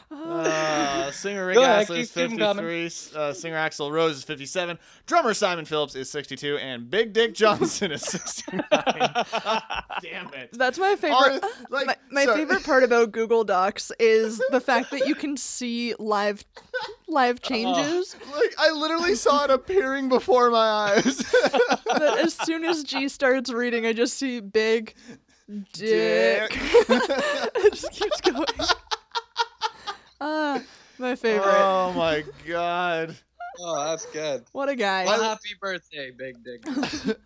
Uh, singer Rick
Go ahead,
Astley is
keep- keep 'em coming.
53. Uh, singer Axel Rose is 57. Drummer Simon Phillips is 62. And Big Dick Johnson is 69. Damn it.
That's my favorite.
Honest- like,
my my
so-
favorite part about Google Docs is the fact that you can see live live changes.
Like, I literally saw it appearing before my eyes.
But as soon as G starts reading, I just see big dick. it just keeps going. Ah, my favorite.
oh my god.
Oh, that's good.
what a guy.
Well, happy birthday, Big Dick.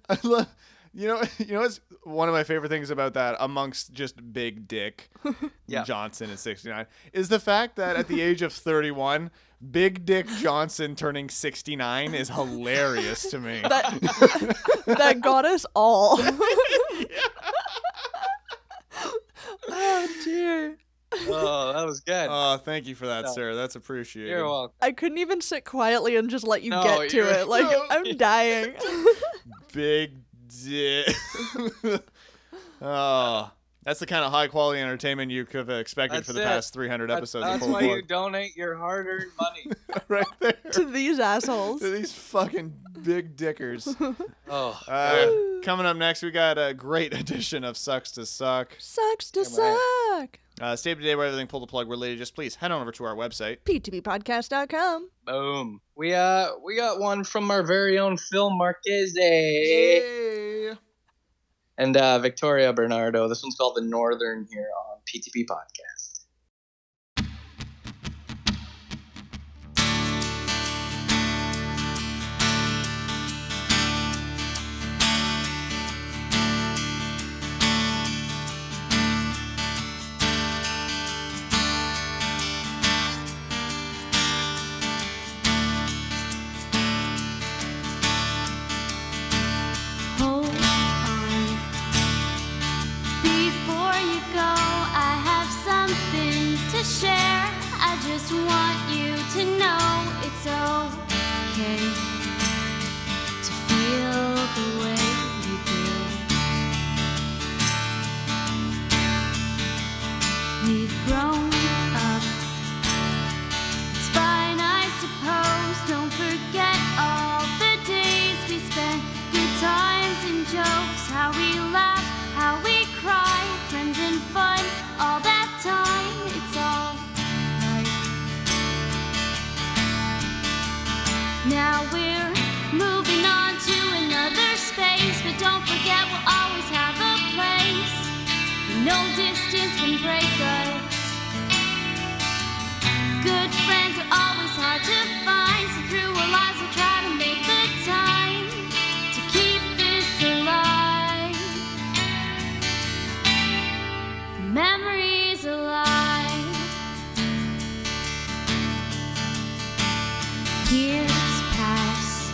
I love you know you know it's one of my favorite things about that amongst just big dick
Yeah.
Johnson at 69 is the fact that at the age of 31 Big Dick Johnson turning 69 is hilarious to me.
that that got us all. oh dear.
Oh, that was good.
Oh, thank you for that, sir. That's appreciated.
You're welcome.
I couldn't even sit quietly and just let you
No,
get to
you're-
it. Like
no.
I'm dying.
Big dick. oh, that's the kind of high quality entertainment you could have expected
That's
for the
it.
past 300
That-
episodes.
that's
of
why
Full
you donate your hard-earned money.
Forward. right there.
to these assholes.
To these fucking big dickers.
oh,
Uh, coming up next, we got a great edition of Sucks to Suck.
Sucks to
Damn right.
suck.
Uh, stay up to date with everything pull the plug related. Just please head on over to our website.
P2Bpodcast.com.
boom. We uh, we got one from our very own Phil Marquez
Yay.
and uh, Victoria Bernardo. This one's called "The Northern" here on PTP Podcast.
Hold on. Before you go, I have some now we're moving on to another space. But don't forget, we'll always have a place. No distance can break us. Good friends are always hard to find. So through our lives, we'll try to make the time to keep this alive. Memories alive. Years pass.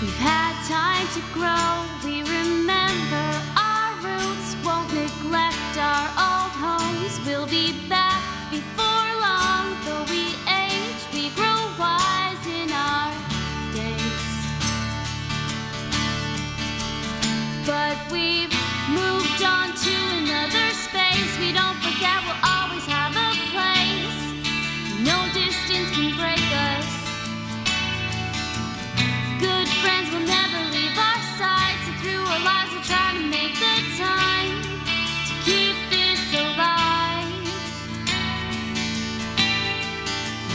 We've had time to grow. We remember our roots. Won't neglect our old homes. We'll be back before long. Though we age, we grow wise in our days. But we've moved on to another space. We don't forget we'll always have a place. No distance can break us. Good friends will never leave our side. So through our lives, we'll try to make the time to keep this alive.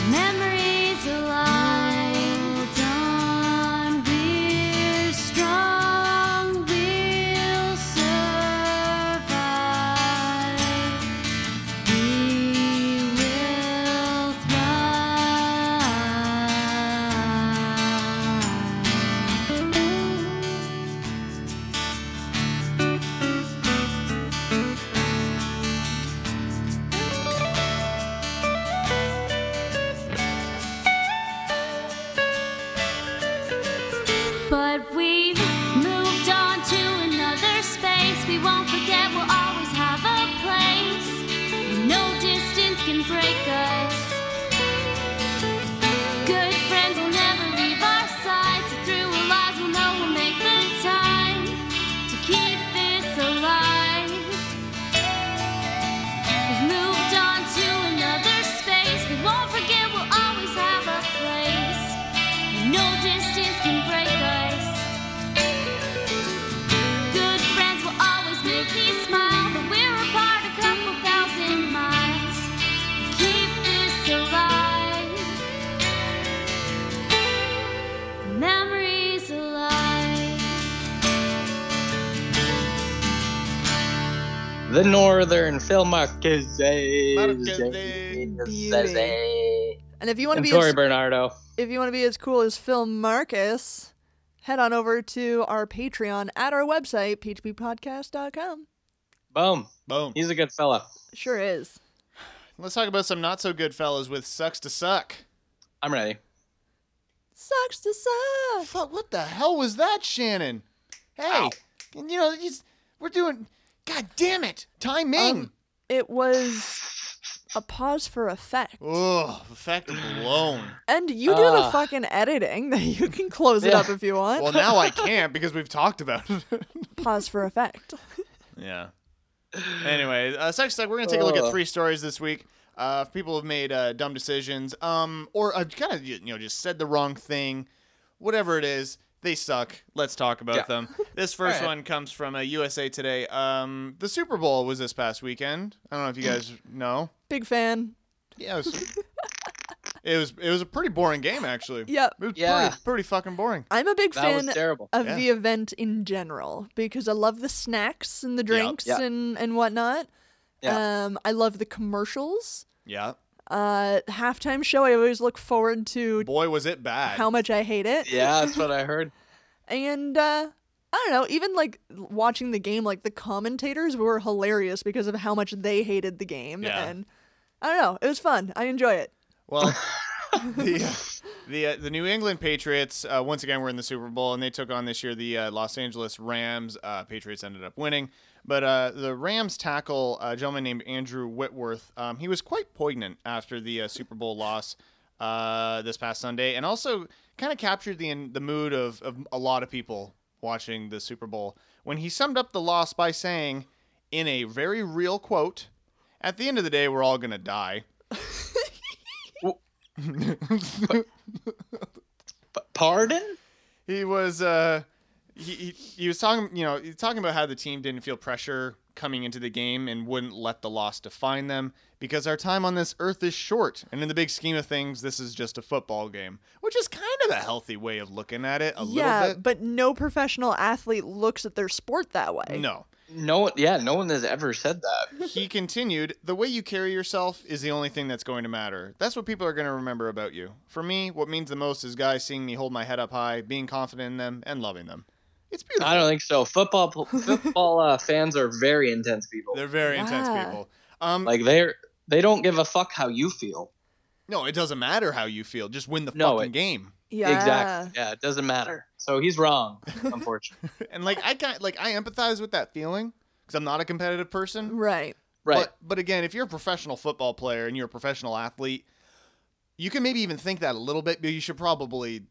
Memories alive. Hold on, we're strong, we'll survive. We will thrive. But we've moved on to another space. We won't forget we'll always have a place. And no distance can break us. Good friends will never leave our side. So through our lives we'll know we'll make the time to keep this alive. We've moved on to another space. We won't forget we'll always have a place. No distance can break us. Good friends will always make me smile, but we're apart a couple thousand miles. Keep this alive. Memories alive.
The Northern Phil Marquez.
And if you want to
I'm
be
sorry,
as,
Bernardo.
if you want to be as cool as Phil Marcus, head on over to our Patreon at our website ptppodcast.com.
Boom.
Boom.
He's a good fella.
Sure is.
Let's talk about some not so good fellas with sucks to suck.
I'm ready.
Sucks to suck.
Fuck, what the hell was that, Shannon? Hey, and you know, he's, we're doing. God damn it, timing.
Um, It was a pause for effect.
Ugh, effect blown.
And you do the
Ah.
fucking editing that you can close it
Yeah.
up if you want.
Well, now I can't because we've talked about it.
Pause for effect.
yeah. Anyway, uh, sex tech. We're gonna take a look at
Ugh.
three stories this week. Uh, if people have made uh, dumb decisions, um, or uh, kind of you know just said the wrong thing, whatever it is, they suck. Let's talk about
Yeah.
them. This first
Alright.
one comes from uh, USA Today. Um, the Super Bowl was this past weekend. I don't know if you guys know.
Big fan.
Yeah, it was, it was it was a pretty boring game actually.
Yep.
It was
Yeah.
pretty, pretty fucking boring.
I'm a big
That
fan uh,
was terrible.
of
Yeah.
the event in general because I love the snacks and the drinks
Yeah.
and and whatnot.
Yeah.
Um, I love the commercials.
Yeah.
Uh, halftime show. I always look forward to
Boy, was it bad.
how much I hate it.
Yeah, that's what I heard.
And uh, I don't know. Even like watching the game, like the commentators were hilarious because of how much they hated the game.
Yeah.
And I don't know. It was fun. I enjoy it.
Well, the uh, the uh, the New England Patriots uh, once again were in the Super Bowl, and they took on this year the uh, Los Angeles Rams. Uh, Patriots ended up winning, but uh, the Rams tackle a gentleman named Andrew Whitworth. Um, he was quite poignant after the uh, Super Bowl loss uh, this past Sunday, and also kind of captured the the mood of, of a lot of people watching the Super Bowl when he summed up the loss by saying, in a very real quote, "At the end of the day, we're all gonna die."
P- pardon?
he was uh he, he, he was talking you know he's talking about how the team didn't feel pressure coming into the game and wouldn't let the loss define them because our time on this earth is short. And in the big scheme of things, this is just a football game, which is kind of a healthy way of looking at it a
yeah,
little bit.
but no professional athlete looks at their sport that way.
no.
No one, yeah, no one has ever said that.
He continued, the way you carry yourself is the only thing that's going to matter. That's what people are going to remember about you. For me, what means the most is guys seeing me hold my head up high, being confident in them, and loving them. It's beautiful.
I don't think so. Football pl- football uh, fans are very intense people.
They're very intense
Yeah.
people. Um,
like they're they don't give a fuck how you feel.
no, it doesn't matter how you feel. Just win the
No,
fucking
it-
game.
Yeah.
Exactly. Yeah, it doesn't matter. So he's wrong, unfortunately.
And like I kind like I empathize with that feeling because I'm not a competitive person.
Right.
right.
But, but again, if you're a professional football player and you're a professional athlete, you can maybe even think that a little bit, but you should probably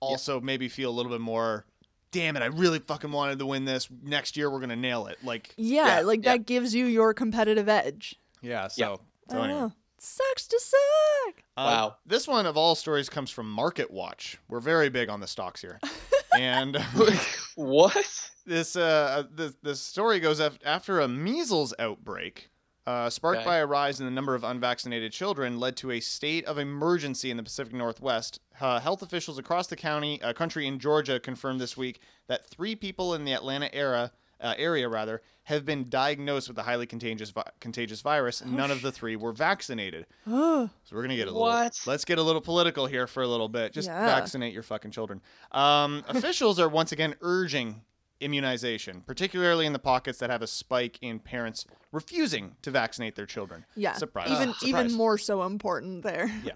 also maybe feel a little bit more. Damn it! I really fucking wanted to win this. Next year we're gonna nail it. Like
Yeah,
Yeah,
like
yeah.
that gives you your competitive edge.
Oh, yeah. So,
I
so
don't
anyway.
know. Sucks to suck.
Uh,
Wow.
This one of all stories comes from Market Watch. We're very big on the stocks here, and
what?
this uh this, this story goes af- after a measles outbreak uh, sparked
Okay.
by a rise in the number of unvaccinated children led to a state of emergency in the Pacific Northwest. Uh, health officials across the county uh, country in Georgia confirmed this week that 3 people in the Atlanta era uh, area rather have been diagnosed with the highly contagious vi- contagious virus and none of the 3 were vaccinated.
Oh,
So we're gonna get a little.
What?
Let's get a little political here for a little bit. Just
Yeah.
vaccinate your fucking children. Um, officials are once again urging immunization, particularly in the pockets that have a spike in parents refusing to vaccinate their children.
yeah.
Surprise.
Even even
surprise.
more so important there.
Yeah.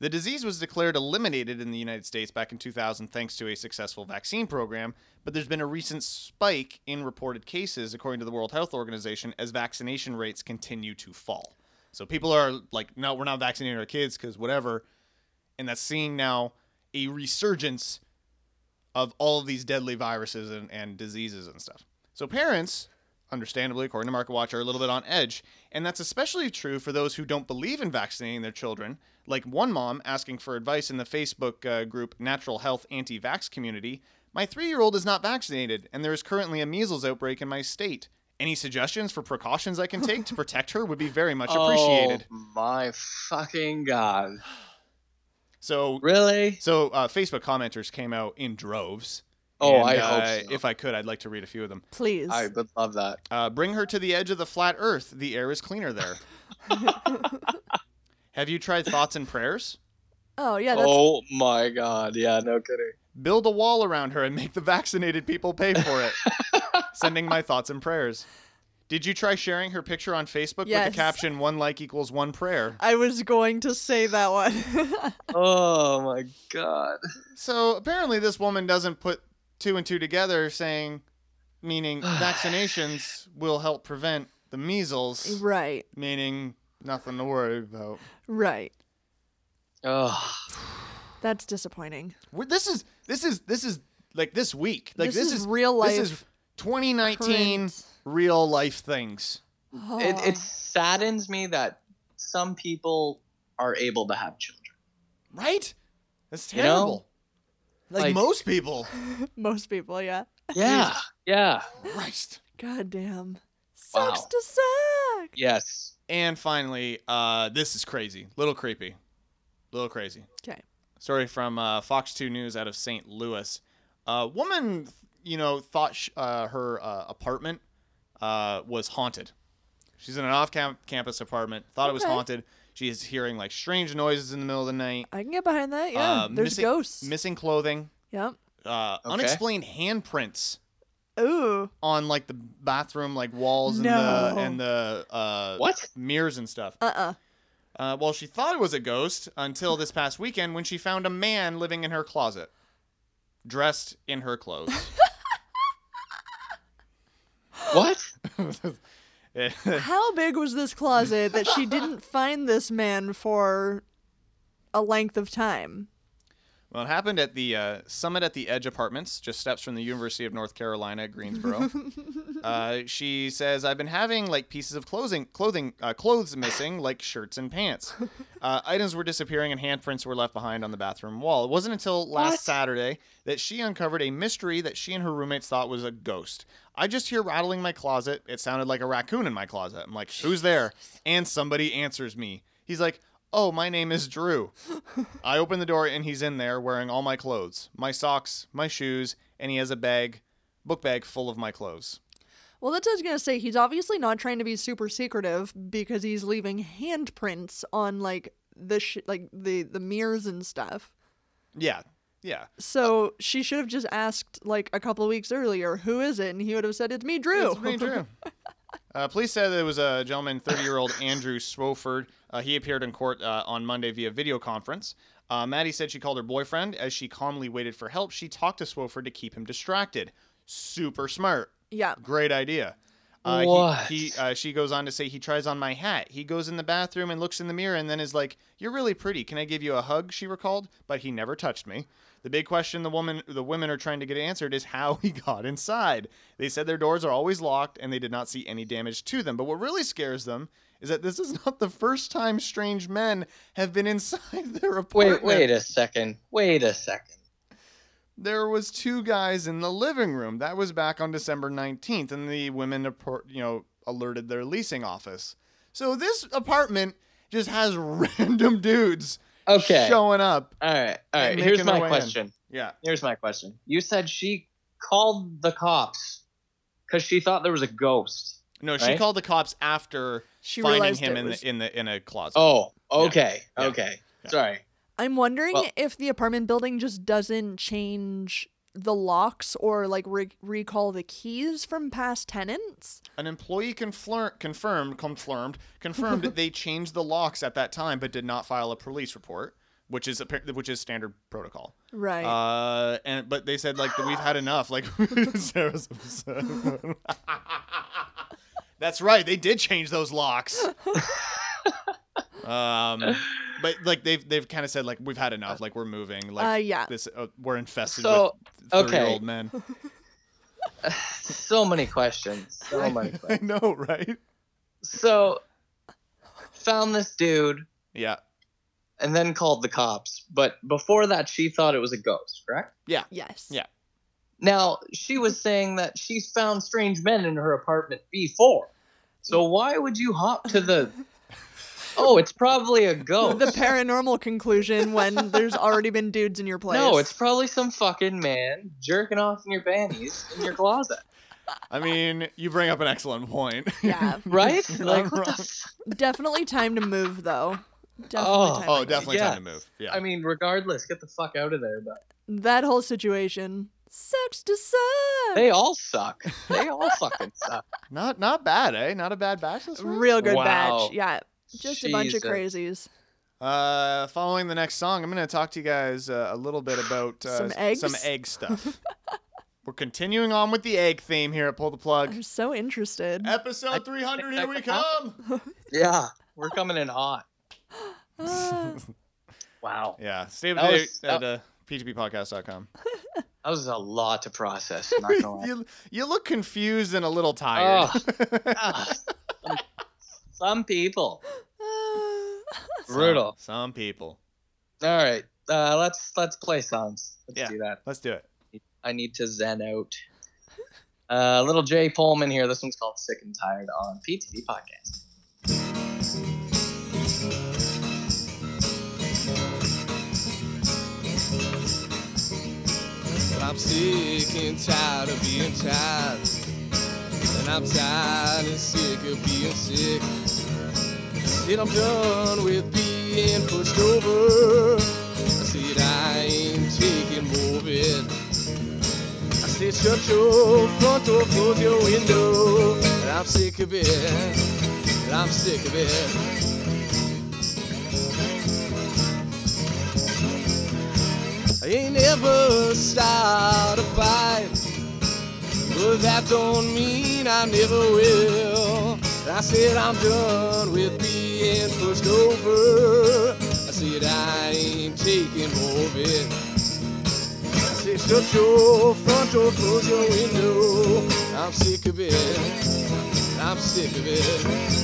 The disease was declared eliminated in the United States back in 2000 thanks to a successful vaccine program, but there's been a recent spike in reported cases, according to the World Health Organization, as vaccination rates continue to fall. So people are like, no, we're not vaccinating our kids because whatever. And that's seeing now a resurgence of all of these deadly viruses and, and diseases and stuff. So parents, understandably, according to Market Watch, are a little bit on edge. And that's especially true for those who don't believe in vaccinating their children, like one mom asking for advice in the Facebook uh, group Natural Health Anti Vax Community. My three year old is not vaccinated, and there is currently a measles outbreak in my state. Any suggestions for precautions I can take to protect her would be very much appreciated.
Oh my fucking god!
So,
Really?
so uh, Facebook commenters came out in droves.
Oh,
And,
I
uh,
hope so.
If I could, I'd like to read a few of them.
Please.
I would love that.
Uh, bring her to the edge of the flat earth. The air is cleaner there. Have you tried thoughts and prayers?
oh yeah, that's
Oh my god! Yeah, no kidding.
Build a wall around her and make the vaccinated people pay for it. Sending my thoughts and prayers. Did you try sharing her picture on Facebook with
Yes.
the caption one like equals one prayer?
I was going to say that one.
Oh my god!
So apparently this woman doesn't put two and two together saying meaning vaccinations will help prevent the measles,
right.
meaning nothing to worry about.
Right.
Oh,
That's disappointing.
We're, this is this is this is like this week. Like
This
this,
is real
This is
life
2019
current-
real life things.
it
Oh.
it saddens me that some people are able to have children.
Right? That's
You know?
terrible. like,
Like-
most people.
most people, yeah.
Yeah, yeah,
Christ.
God damn.
Wow.
Sucks to suck.
yes.
And finally, uh, this is crazy. Little creepy. Little crazy.
'Kay.
Story from uh, Fox 2 News out of St. Louis. A woman, you know, thought sh- uh, her uh, apartment uh, was haunted. She's in an off campus apartment, thought it was
Okay.
haunted. She is hearing like strange noises in the middle of the night.
I can get behind that. Yeah.
Uh,
There's
missing-
ghosts.
Missing clothing,
yep.
uh,
Okay.
unexplained handprints
Ooh.
on like the bathroom like walls
No.
and the and the uh,
What?
mirrors and stuff.
Uh uh
Uh, well, she thought it was a ghost until this past weekend when she found a man living in her closet, dressed in her clothes.
What?
How big was this closet that she didn't find this man for a length of time?
Well, it happened at the uh, Summit at the Edge Apartments, just steps from the University of North Carolina, Greensboro. uh, she says, "I've been having like pieces of clothing, clothing, uh, clothes missing, like shirts and pants. Uh, items were disappearing, and handprints were left behind on the bathroom wall. It wasn't until last Saturday that she uncovered a mystery that she and her roommates thought was a ghost. I just hear rattling my closet. It sounded like a raccoon in my closet. I'm like, who's there? And somebody answers me. He's like." Oh, my name is Drew. I open the door and he's in there wearing all my clothes, my socks, my shoes, and he has a bag, book bag full of my clothes.
Well, that's what I was gonna say. He's obviously not trying to be super secretive because he's leaving handprints on like the sh- like the the mirrors and stuff.
Yeah. Yeah.
So she should have just asked like a couple of weeks earlier, "Who is it?" and he would have said, "It's me, Drew."
It's pretty true. Uh, police said that it was a gentleman, 30 year old Andrew Swoford. Uh, he appeared in court uh, on Monday via video conference. Uh, Maddie said she called her boyfriend. As she calmly waited for help, she talked to Swoford to keep him distracted. Super smart.
yeah.
Great idea. Uh, he-
What?
He, uh, she goes on to say he tries on my hat. He goes in the bathroom and looks in the mirror and then is like, "You're really pretty. Can I give you a hug?" She recalled, but he never touched me. The big question the woman, the women are trying to get answered is how he got inside. They said their doors are always locked and they did not see any damage to them. But what really scares them is that this is not the first time strange men have been inside their
Wait,
apartment.
wait a second. Wait a second.
there was two guys in the living room. That was back on December 19th, and the women, appor- you know, alerted their leasing office. So this apartment just has random dudes
Okay.
showing up.
all right. All
And
right.
making
Here's
their
my
way in.
question.
Yeah,
Here's my question. You said she called the cops because she thought there was a ghost.
no, she
Right?
called the cops after
She
finding
realized
him
it
in
was-
the in the in a closet.
Oh, okay.
Yeah.
Okay.
Yeah.
Sorry.
I'm wondering
Well-
if the apartment building just doesn't change the locks or like re- recall the keys from past tenants.
An employee conflur- confirmed, confirmed, confirmed they changed the locks at that time, but did not file a police report, which is appar- which is standard protocol.
Right.
Uh, and but they said like that we've had enough. Like Sarah's upset. That's right. They did change those locks. um, but like they've they've kind of said like we've had enough. Like we're moving. Like
uh, yeah.
this uh, we're infested
So,
with thirty
okay.
old men.
So many questions. So many
I
questions.
know, right?
So, found this dude
Yeah.
and then called the cops. But before that, she thought it was a ghost, correct?
Yes.
Yeah.
Now, she was saying that she's found strange men in her apartment before. So, why would you hop to the. Oh, it's probably a ghost.
The paranormal conclusion when there's already been dudes in your place.
No, it's probably some fucking man jerking off in your panties in your closet,
I mean, you bring up an excellent point.
yeah.
right?
You're
like,
not
what the
wrong.
f-
Definitely time to move though. Definitely
Oh.
time to
oh,
move.
definitely
Yeah.
time to move. Yeah.
I mean, regardless, get the fuck out of there. But
That whole situation sucks to suck.
they all suck. They all fucking suck.
not not bad, eh? Not a bad bachelor's. friend?
Real good
Wow.
batch. Yeah. Just a bunch of
Jesus.
crazies.
Uh, following the next song, I'm going to talk to you guys uh, a little bit about uh,
Some
s-
eggs?
some egg stuff. We're continuing on with the egg theme here at Pull the Plug.
I'm so interested.
Episode 300, here we come.
Yeah, we're coming in hot.
Ah.
Wow,
Yeah, stay up
That
to date
was-
at uh, pgppodcast.com.
that was a lot to process. Not gonna lie.
You, you look confused and a little tired.
Ah, some, some people
Ah.
Some-
brutal.
Some, people.
All right, uh, let's let's play songs. Let's
Yeah.
do that.
Let's do it.
I need to zen out. Uh, little Jay Pullman here. This one's called "Sick and Tired" on PTV Podcast.
But I'm sick and tired of being tired. And I'm tired and sick of being sick. Said I'm done with being pushed over. I said I ain't taking more of it. I said shut your front door, close your window. And I'm sick of it. And I'm sick of it. I ain't never start a fight, but that don't mean I never will. I said I'm done with being pushed over. I said I ain't taking more of it. Say, shut your front door, close your window. I'm sick of it. I'm sick of it.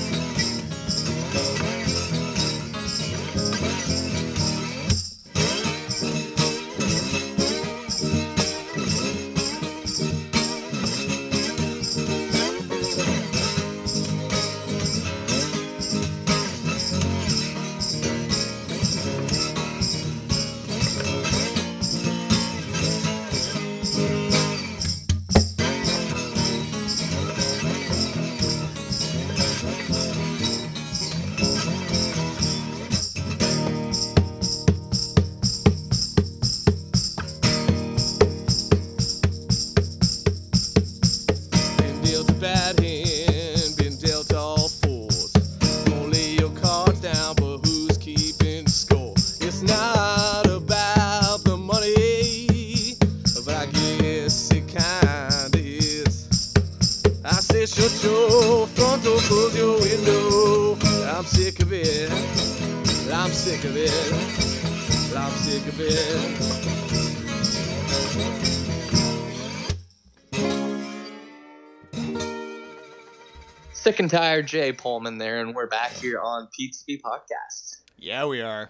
Been dealt a bad hand, been dealt all fours. Don't lay your cards down, but who's keeping score? It's not about the money, but I guess it kinda is. I say, shut your front door, close your window. I'm sick of it. I'm sick of it. I'm sick of it.
Sick and tired Jay Pullman there, and we're back here on Pete's Speed Podcast.
Yeah, we are.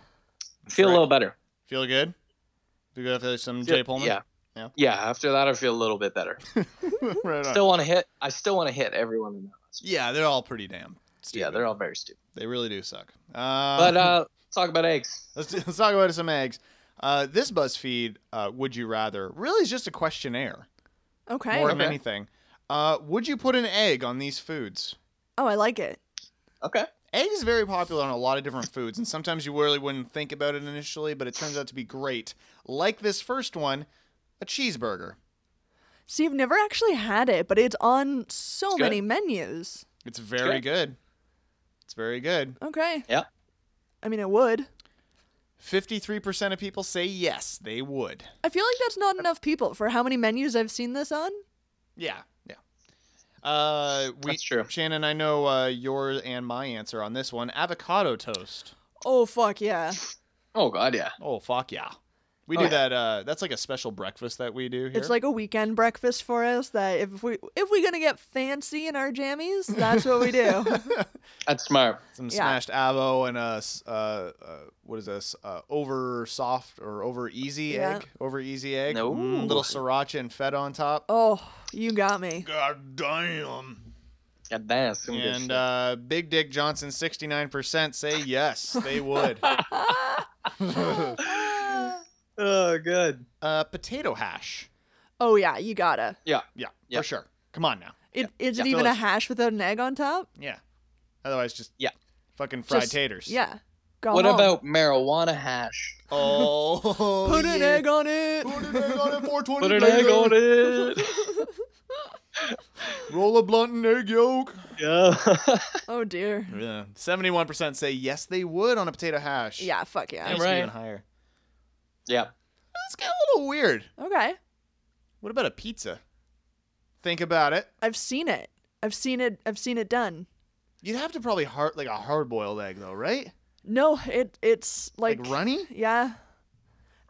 That's
Feel
right.
a little better.
Feel good? We go after some
Feel-
Jay Pullman?
Yeah.
Yeah.
yeah. after that I feel a little bit better.
right on.
Still want to hit I still want to hit everyone in that list.
Yeah, they're all pretty damn. Stupid.
Yeah, they're all very stupid.
They really do suck. Uh,
Um,
But uh let's talk about eggs.
let's, do- let's talk about some eggs. Uh, this BuzzFeed uh, Would You Rather really is just a questionnaire
Okay.
more than
Okay.
anything. Uh, would you put an egg on these foods?
Oh, I like it.
Okay.
Egg is very popular on a lot of different foods, and sometimes you really wouldn't think about it initially, but it turns out to be great. Like this first one, a cheeseburger.
See, I've never actually had it, but it's on so
good.
many menus.
It's very
good.
good. It's very good.
Okay.
Yeah.
I mean, it would.
53% of people say yes, they would.
I feel like that's not enough people for how many menus I've seen this on.
Yeah, yeah. Uh, we,
That's true.
Shannon, I know uh, your and my answer on this one. Avocado toast.
Oh, fuck yeah.
Oh god, yeah.
Oh fuck yeah. We
Oh,
do
yeah.
that. Uh, that's like a special breakfast that we do here.
It's like a weekend breakfast for us that if we if we're gonna get fancy in our jammies, that's what we do.
That's smart.
some
yeah.
smashed avo and a s- uh, uh, what is this? Uh, over soft or over easy
Yeah.
egg? Over easy egg.
No.
Mm, little sriracha and feta on top.
oh, you got me.
God damn.
God damn, it's some good
And
shit.
uh, Big Dick Johnson, 69% say yes, they would.
Oh good.
uh, potato hash.
Oh yeah, you gotta.
Yeah,
Yeah.
for sure. Come on now.
It, Is
yeah.
it even a
Delicious.
hash without an egg on top?
Yeah. Otherwise, just
Yeah.
fucking fried
Just-
taters.
Yeah. Go
What
home.
about marijuana hash?
Oh.
put an
yeah.
egg on it?
Put an egg on it. 420
Put an egg
later.
on it.
Roll a blunt and egg yolk.
yeah.
Oh dear.
Yeah. 71% say yes, they would on a potato hash.
Yeah. Fuck
That
yeah.
used to be
right.
even higher.
yeah.
That's got a little weird.
Okay.
What about a pizza? Think about it.
I've seen it. I've seen it. I've seen it done.
You'd have to probably hard like a hard boiled egg though, right?
No, it it's like,
Like, runny?
Yeah.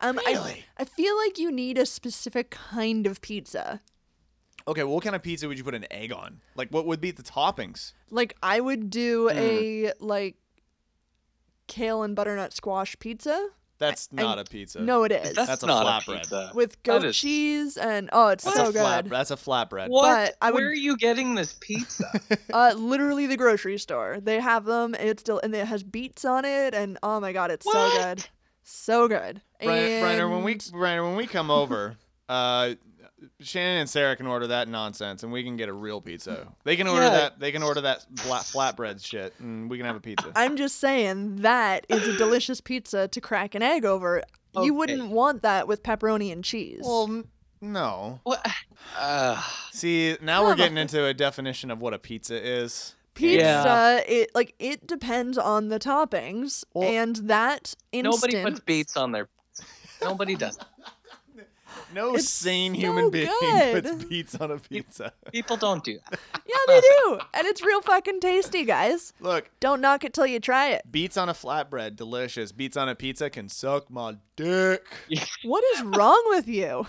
Um,
Really?
I, I feel like you need a specific kind of pizza.
Okay, well, what kind of pizza would you put an egg on? Like, what would be the toppings?
Like I would do
Hmm.
a like kale and butternut squash pizza.
That's
I-
not a pizza.
No, it is
That's- a
not
flatbread.
pizza.
with goat
is-
cheese and oh, it's
that's
so
a
good.
flat. That's a flatbread.
What?
But I would-
Where are you getting this pizza?
Uh, literally the grocery store. They have them. It's still and it has beets on it, and oh my god, it's so
What?
good, so good.
Brenner, Brenner, when we
And-
Brenner, when we come over, uh, Shannon and Sarah can order that nonsense, and we can get a real pizza. They can order
Yeah.
that. They can order that black flatbread shit, and we can have a pizza.
I'm just saying that is a delicious pizza to crack an egg over.
Okay.
You wouldn't want that with pepperoni and cheese.
well, n- no.
what? Uh,
See, now we're getting into a definition of what a pizza is.
Pizza,
Yeah.
it like it depends on the toppings,
Well,
and that
nobody
instant.
puts beets on their. Nobody does.
No
It's
sane
so
human being
good.
puts beets on a pizza.
People don't do that.
Yeah, they do. And it's real fucking tasty, guys.
Look,
Don't knock it till you try it.
beets on a flatbread, delicious. Beets on a pizza can suck my dick.
What is wrong with you?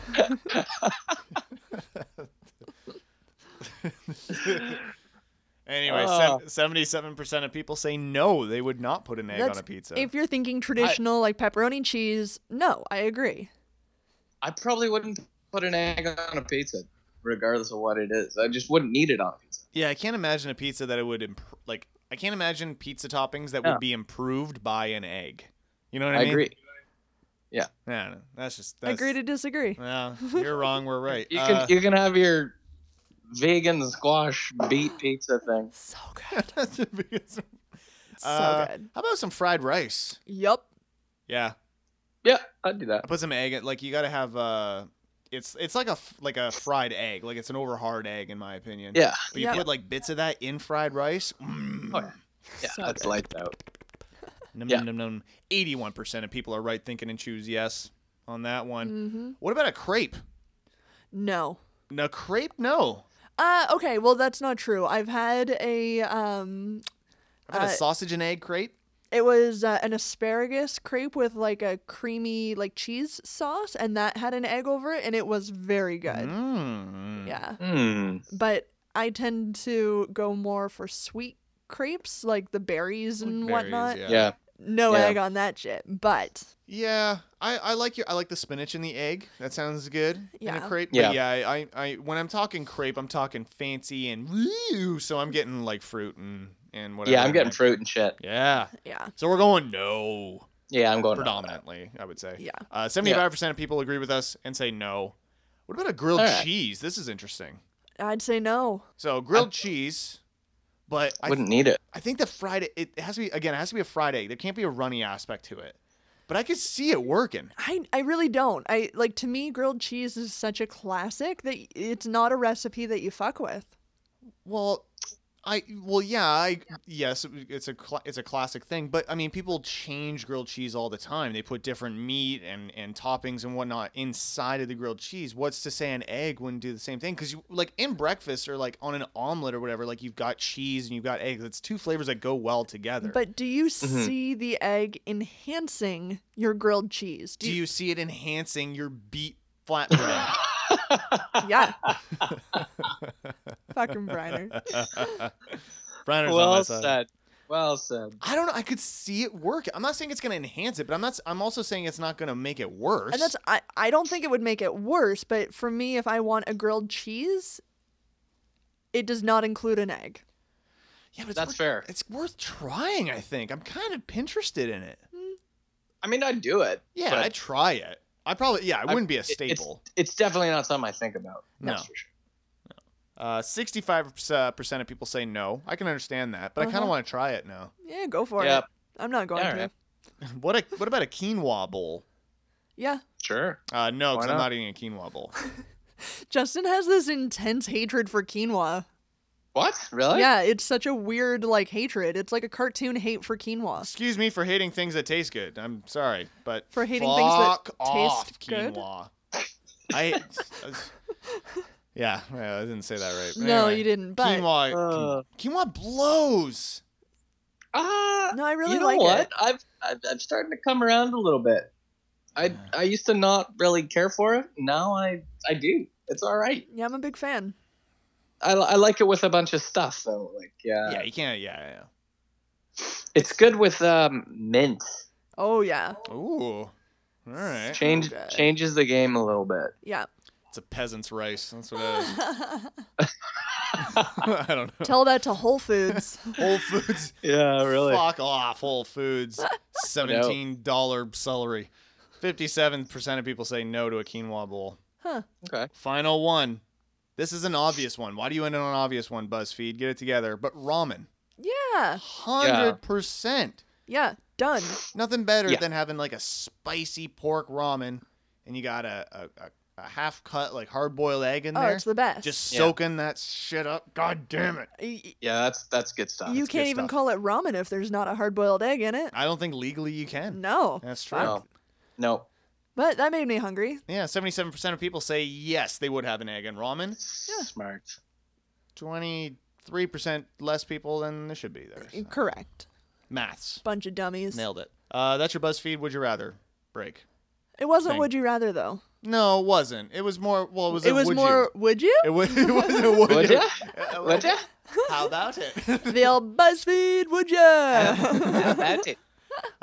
Anyway,
Oh.
seventy-seven percent of people say no, they would not put an egg on
That's-
a pizza.
If you're thinking traditional, like pepperoni cheese, no, I agree.
I probably wouldn't put an egg on a pizza, regardless of what it is. I just wouldn't need it on a pizza.
yeah, I can't imagine a pizza that it would imp- like. I can't imagine pizza toppings that
Yeah.
would be improved by an egg. You know what I,
I
mean?
agree.
Yeah, no, that's just that's,
Agree to disagree.
Yeah, you're wrong. We're right.
You
Uh,
can you can have your vegan squash beet pizza thing.
So good.
that's the biggest-
So
Uh,
good.
How about some fried rice?
Yup.
Yeah,
Yeah, I'd do that.
I put some egg. in- Like you got to have uh It's it's like a f- like a fried egg. Like it's an over hard egg in my opinion.
Yeah,
But you
Yeah.
put like bits of that in fried rice. Mm.
Oh, yeah. yeah,
So
that's lights out.
Num,
Yeah.
num, num. 81% of people are right thinking and choose yes on that one.
hmm
What about a crepe?
No.
No, crepe, no.
Uh, okay, well that's not true. I've had a um,
I've had a
Uh,
sausage and egg crepe.
it was uh, an asparagus crepe with like a creamy like cheese sauce, and that had an egg over it, and it was very good.
Mm.
Yeah,
Hmm.
but I tend to go more for sweet crepes, like the berries and
Berries,
whatnot.
Yeah.
Yeah.
No
Yeah.
egg on that shit, but
Yeah, I, I like your I like the spinach and the egg. That sounds good. In a
Yeah.
crepe.
Yeah.
But yeah. I, I I when I'm talking crepe, I'm talking fancy and woo. So I'm getting like fruit and and whatever.
Yeah, I'm
in
getting
there.
fruit and shit.
Yeah.
yeah,
So we're going no
Yeah, I'm going.
predominantly, I would say.
yeah.
Uh, 75% of people agree with us and say no. What about a grilled
All right.
cheese? This is interesting.
I'd say no.
So grilled cheese, but I,
Wouldn't need it.
I think the fried it, it has to be again, it has to be a fried egg. There can't be a runny aspect to it. But I could see it working.
I, I really don't. I like to me grilled cheese is such a classic that it's not a recipe that you fuck with.
Well, I well yeah, I yes, it's a cla it's a classic thing, but I mean people change grilled cheese all the time. They put different meat and and toppings and whatnot inside of the grilled cheese. What's to say an egg wouldn't do the same thing? Because you like in breakfast or like on an omelet or whatever, like you've got cheese and you've got eggs. It's two flavors that go well together.
But do you
Mm-hmm.
see the egg enhancing your grilled cheese?
do you see it enhancing your beet flatbread?
Yeah. Fucking Briner.
Briner's on my
Well
side.
said. Well said.
I don't know. I could see it work. I'm not saying it's going to enhance it, but I'm not. s- I'm also saying it's not going to make it worse.
And that's I, I don't think it would make it worse, but for me if I want a grilled cheese, it does not include an egg.
yeah, but it's
That's
worth,
fair.
It's worth trying. I think I'm kind of interested in it.
I mean, I'd do it.
Yeah,
but
I'd try it. I probably yeah. It
I-
wouldn't be a
it- it's-
staple.
It's, definitely not something I think about. That's
No.
for sure.
Uh, Sixty-five percent of people say no. I can understand that, but I kind
Uh-huh.
of want to try it now.
Yeah, go for
Yep.
it. I'm not going
All
to.
right.
What a, what about a quinoa bowl?
Yeah.
Sure.
Uh, no,
Why
because I'm
not?
not eating a quinoa bowl.
Justin has this intense hatred for quinoa.
What? Really?
Yeah, it's such a weird like hatred. It's like a cartoon hate for quinoa.
Excuse me for hating things that taste good. I'm sorry, but
For hating things that
fuck off,
taste good?
quinoa. I, yeah, yeah, I didn't say that right. But
No,
anyway,
you didn't. But
quinoa,
Uh.
quinoa blows.
Ah.
no, I really
you know
like
what?
it.
I've, I've I'm starting to come around a little bit. I I used to not really care for it. Now I I do. It's all right.
Yeah, I'm a big fan.
I, I like it with a bunch of stuff though. Like yeah,
yeah, you can't. Yeah,
it's good with um mint.
Oh yeah,
yeah. Ooh, all right.
Change
Oh, good.
changes the game a little bit.
yeah.
It's a peasant's rice. That's what it is. I don't know.
Tell that to Whole Foods.
Whole Foods.
Yeah,
Fuck off, Whole Foods. Seventeen dollar celery. Fifty-seven percent of people say no to a quinoa bowl.
Okay.
Final one. This is an obvious one. Why do you end on an obvious one, BuzzFeed? Get it together. But ramen.
yeah,
100%.
yeah. Done.
Nothing better
Yeah.
than having like a spicy pork ramen and you got a, a, a, a half cut, like hard boiled egg in
Oh,
there.
it's the best.
Just
Yeah.
soaking that shit up. God damn it.
Y- y-
Yeah, that's that's good stuff.
you
Ah, good
can't even
stuff.
call it ramen if there's not a hard-boiled egg in it.
I don't think legally you can.
No.
That's true.
Fuck.
no,
But that made me hungry.
Yeah, 77% of people say yes, they would have an egg and ramen.
Smart.
23% less people than there should be there. so.
Correct.
Maths.
Bunch of dummies.
Nailed it. Uh, that's your BuzzFeed Would You Rather break.
It wasn't
Thing.
Would You Rather, though.
No, it wasn't. It was more, well, it was
It
a
was
would
more,
you.
Would You?
It, was, it wasn't a would,
Would
you.
ya?
Uh,
Would ya?
How about it?
the old BuzzFeed, Would You?
How about it?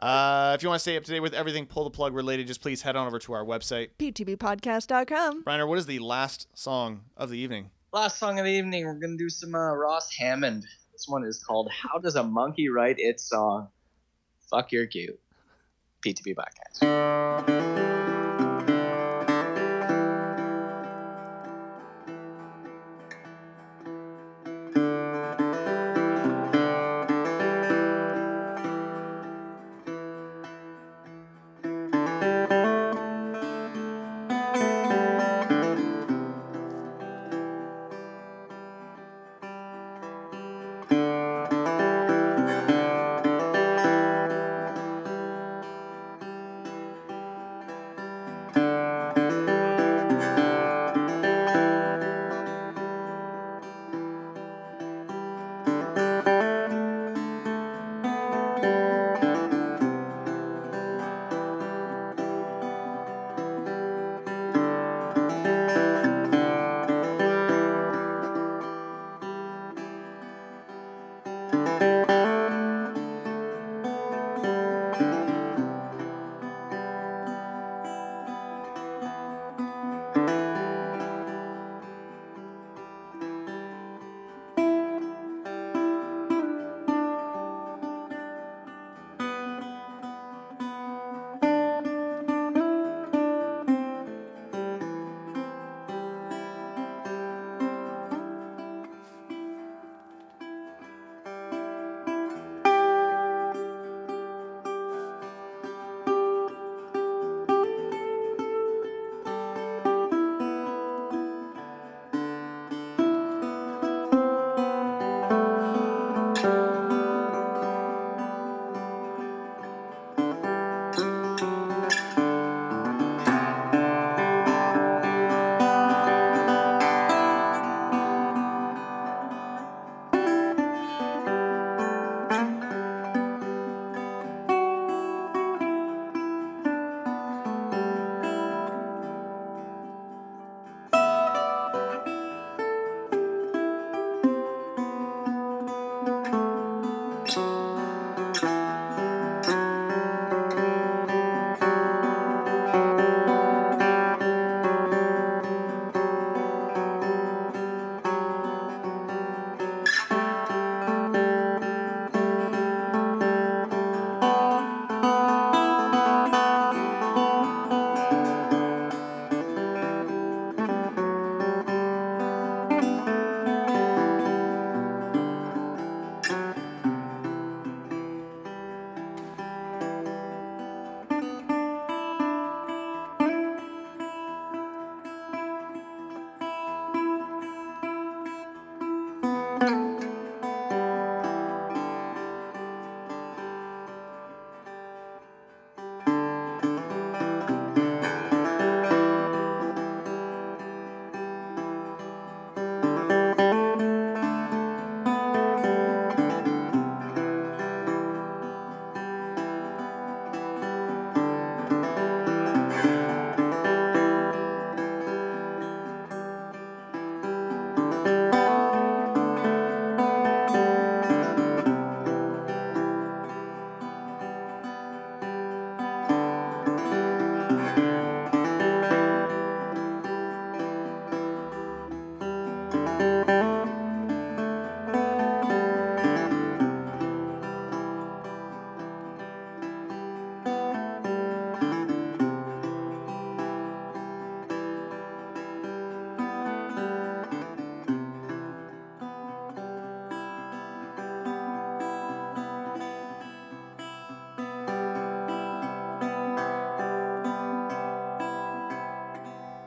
Uh, if you want to stay up to date with everything pull the plug related, just please head on over to our website.
PTBpodcast.com.
Reiner, what is the last song of the evening?
Last song of the evening, we're gonna do some uh, Ross Hammond. This one is called "How Does a Monkey Write Its Song." Fuck your cute. PTB podcast.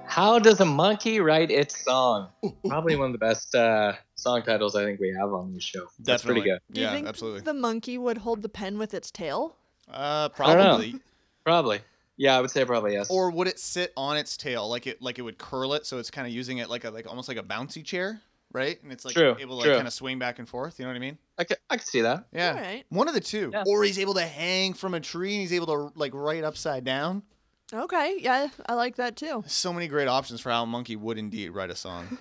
How does a monkey write its song? Probably one of the best uh, song titles I think we have on this show. That's pretty good.
Do you
yeah,
think
absolutely.
the monkey would hold the pen with its tail?
Uh,
I don't know.
probably.
Probably. Yeah, I would say probably yes.
Or would it sit on its tail like it like it would curl it so it's kind of using it like a like almost like a bouncy chair, right? And it's like
True,
able to like
true.
kind of swing back and forth. You know what I mean?
I could, I could see that.
Yeah.
All right.
One of the two.
Yeah.
Or he's able to hang from a tree and he's able to like right upside down.
Okay. Yeah, I like that too.
So many great options for how a monkey would indeed write a song.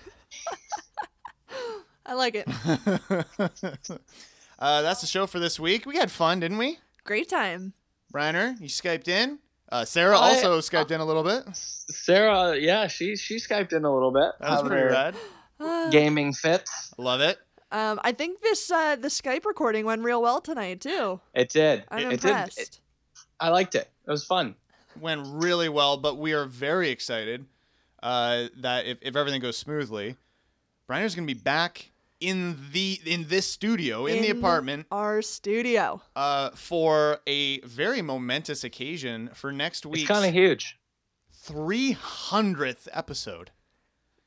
I like it.
uh, that's the show for this week. We had fun, didn't we?
Great time.
Briner, you skyped in. Uh, Sarah
I-
also skyped in a little bit. That
Sarah, yeah, she she skyped in a little bit.
was pretty
However,
rad.
Ah.
Gaming fits.
Love it.
Um, I think this uh, the Skype recording went real well tonight too.
It did.
I'm
it, it did.
impressed.
It- I liked it. It was fun.
Went really well, but we are very excited uh, that if, if everything goes smoothly, Briner's going to be back in the in this studio in the
In
apartment
Our studio.
uh, for a very momentous occasion for next
It's
week's
kind of huge.
300th episode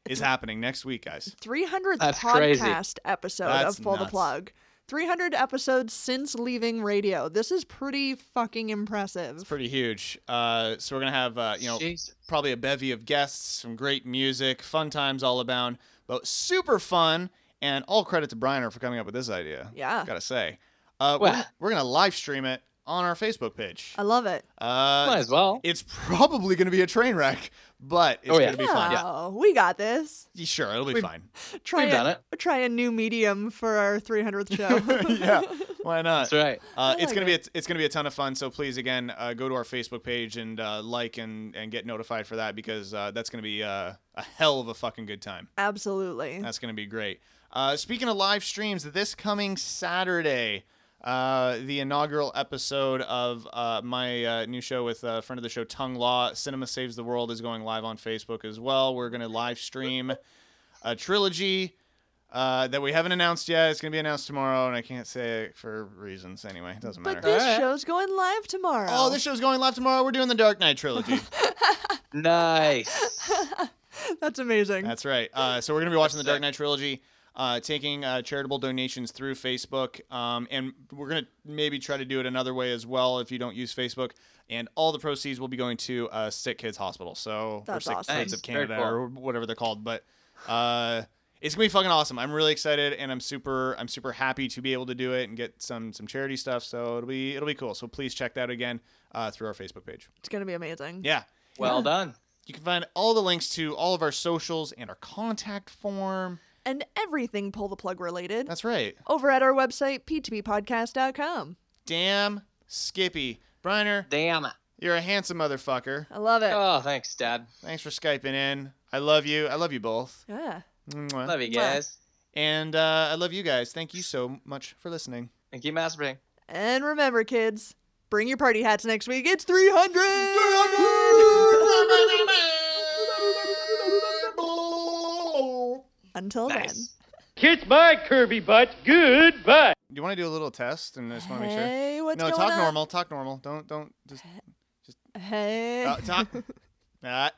is happening next week, guys.
300th
That's
podcast
crazy.
episode
That's
of Pull the
nuts.
Plug. 300 episodes since leaving radio. This is pretty fucking impressive.
It's pretty huge. Uh, so we're gonna have uh, you know
Jesus.
probably a bevy of guests, some great music, fun times all abound, but super fun. And all credit to Briner for coming up with this idea.
Yeah.
gotta say. Uh, we're-
Well-
we're, gonna live stream it on our Facebook page.
I love it.
Uh,
Might as well.
it's probably gonna be a train wreck, but it's
Oh, yeah.
gonna be fun.
Wow, we got this.
Yeah, Sure, it'll be
We-
fine.
Try
done
a, Try a new medium for our 300th show.
yeah, why not?
That's right.
Uh,
I
it's
like
gonna be a, it's gonna be a ton of fun. So please again, uh, go to our Facebook page and uh, like and, and get notified for that because uh, that's gonna be uh, a hell of a fucking good time.
Absolutely.
That's gonna be great. Uh, speaking of live streams, this coming Saturday, uh, the inaugural episode of uh, my uh, new show with uh, friend of the show Tongue Law, Cinema Saves the World, is going live on Facebook as well. We're gonna live stream a trilogy. Uh, that we haven't announced yet. It's gonna be announced tomorrow, and I can't say it for reasons. Anyway, it doesn't matter.
But this
Alright.
show's going live tomorrow.
Oh, this show's going live tomorrow. We're doing the Dark Knight trilogy.
Nice.
That's amazing.
That's right. Uh, so we're gonna be watching the
That's
Dark
sick.
Knight trilogy, uh, taking uh, charitable donations through Facebook, um, and we're gonna maybe try to do it another way as well if you don't use Facebook. And all the proceeds will be going to uh, Sick Kids Hospital. So
That's
or Sick
awesome.
Kids of
Nice. Very
Canada
cool.
or whatever they're called, but. Uh, it's gonna be fucking awesome. I'm really excited, and I'm super, I'm super happy to be able to do it and get some some charity stuff. So it'll be, it'll be cool. So please check that again uh, through our Facebook page.
It's going to be amazing.
Yeah,
Well done.
You can find all the links to all of our socials and our contact form.
And everything Pull the Plug related
That's right.
over at our website, p2ppodcast.com.
Damn Skippy. Briner,
Damn it.
you're a handsome motherfucker.
I love it.
Oh, thanks, Dad.
Thanks for Skyping in. I love you. I love you both.
yeah.
Mwah.
Love you
Mwah.
guys.
And uh, I love you guys. Thank you so much for listening.
And keep masturbating.
And remember, kids, bring your party hats next week. It's 300! 300! Until then.
Nice.
Kiss my Kirby butt. Goodbye.
Do you want to do a little test? And I just want to make sure.
Hey, what's
no,
going
talk
on?
normal. Talk normal. Don't don't just
Hey.
uh, talk. Ah.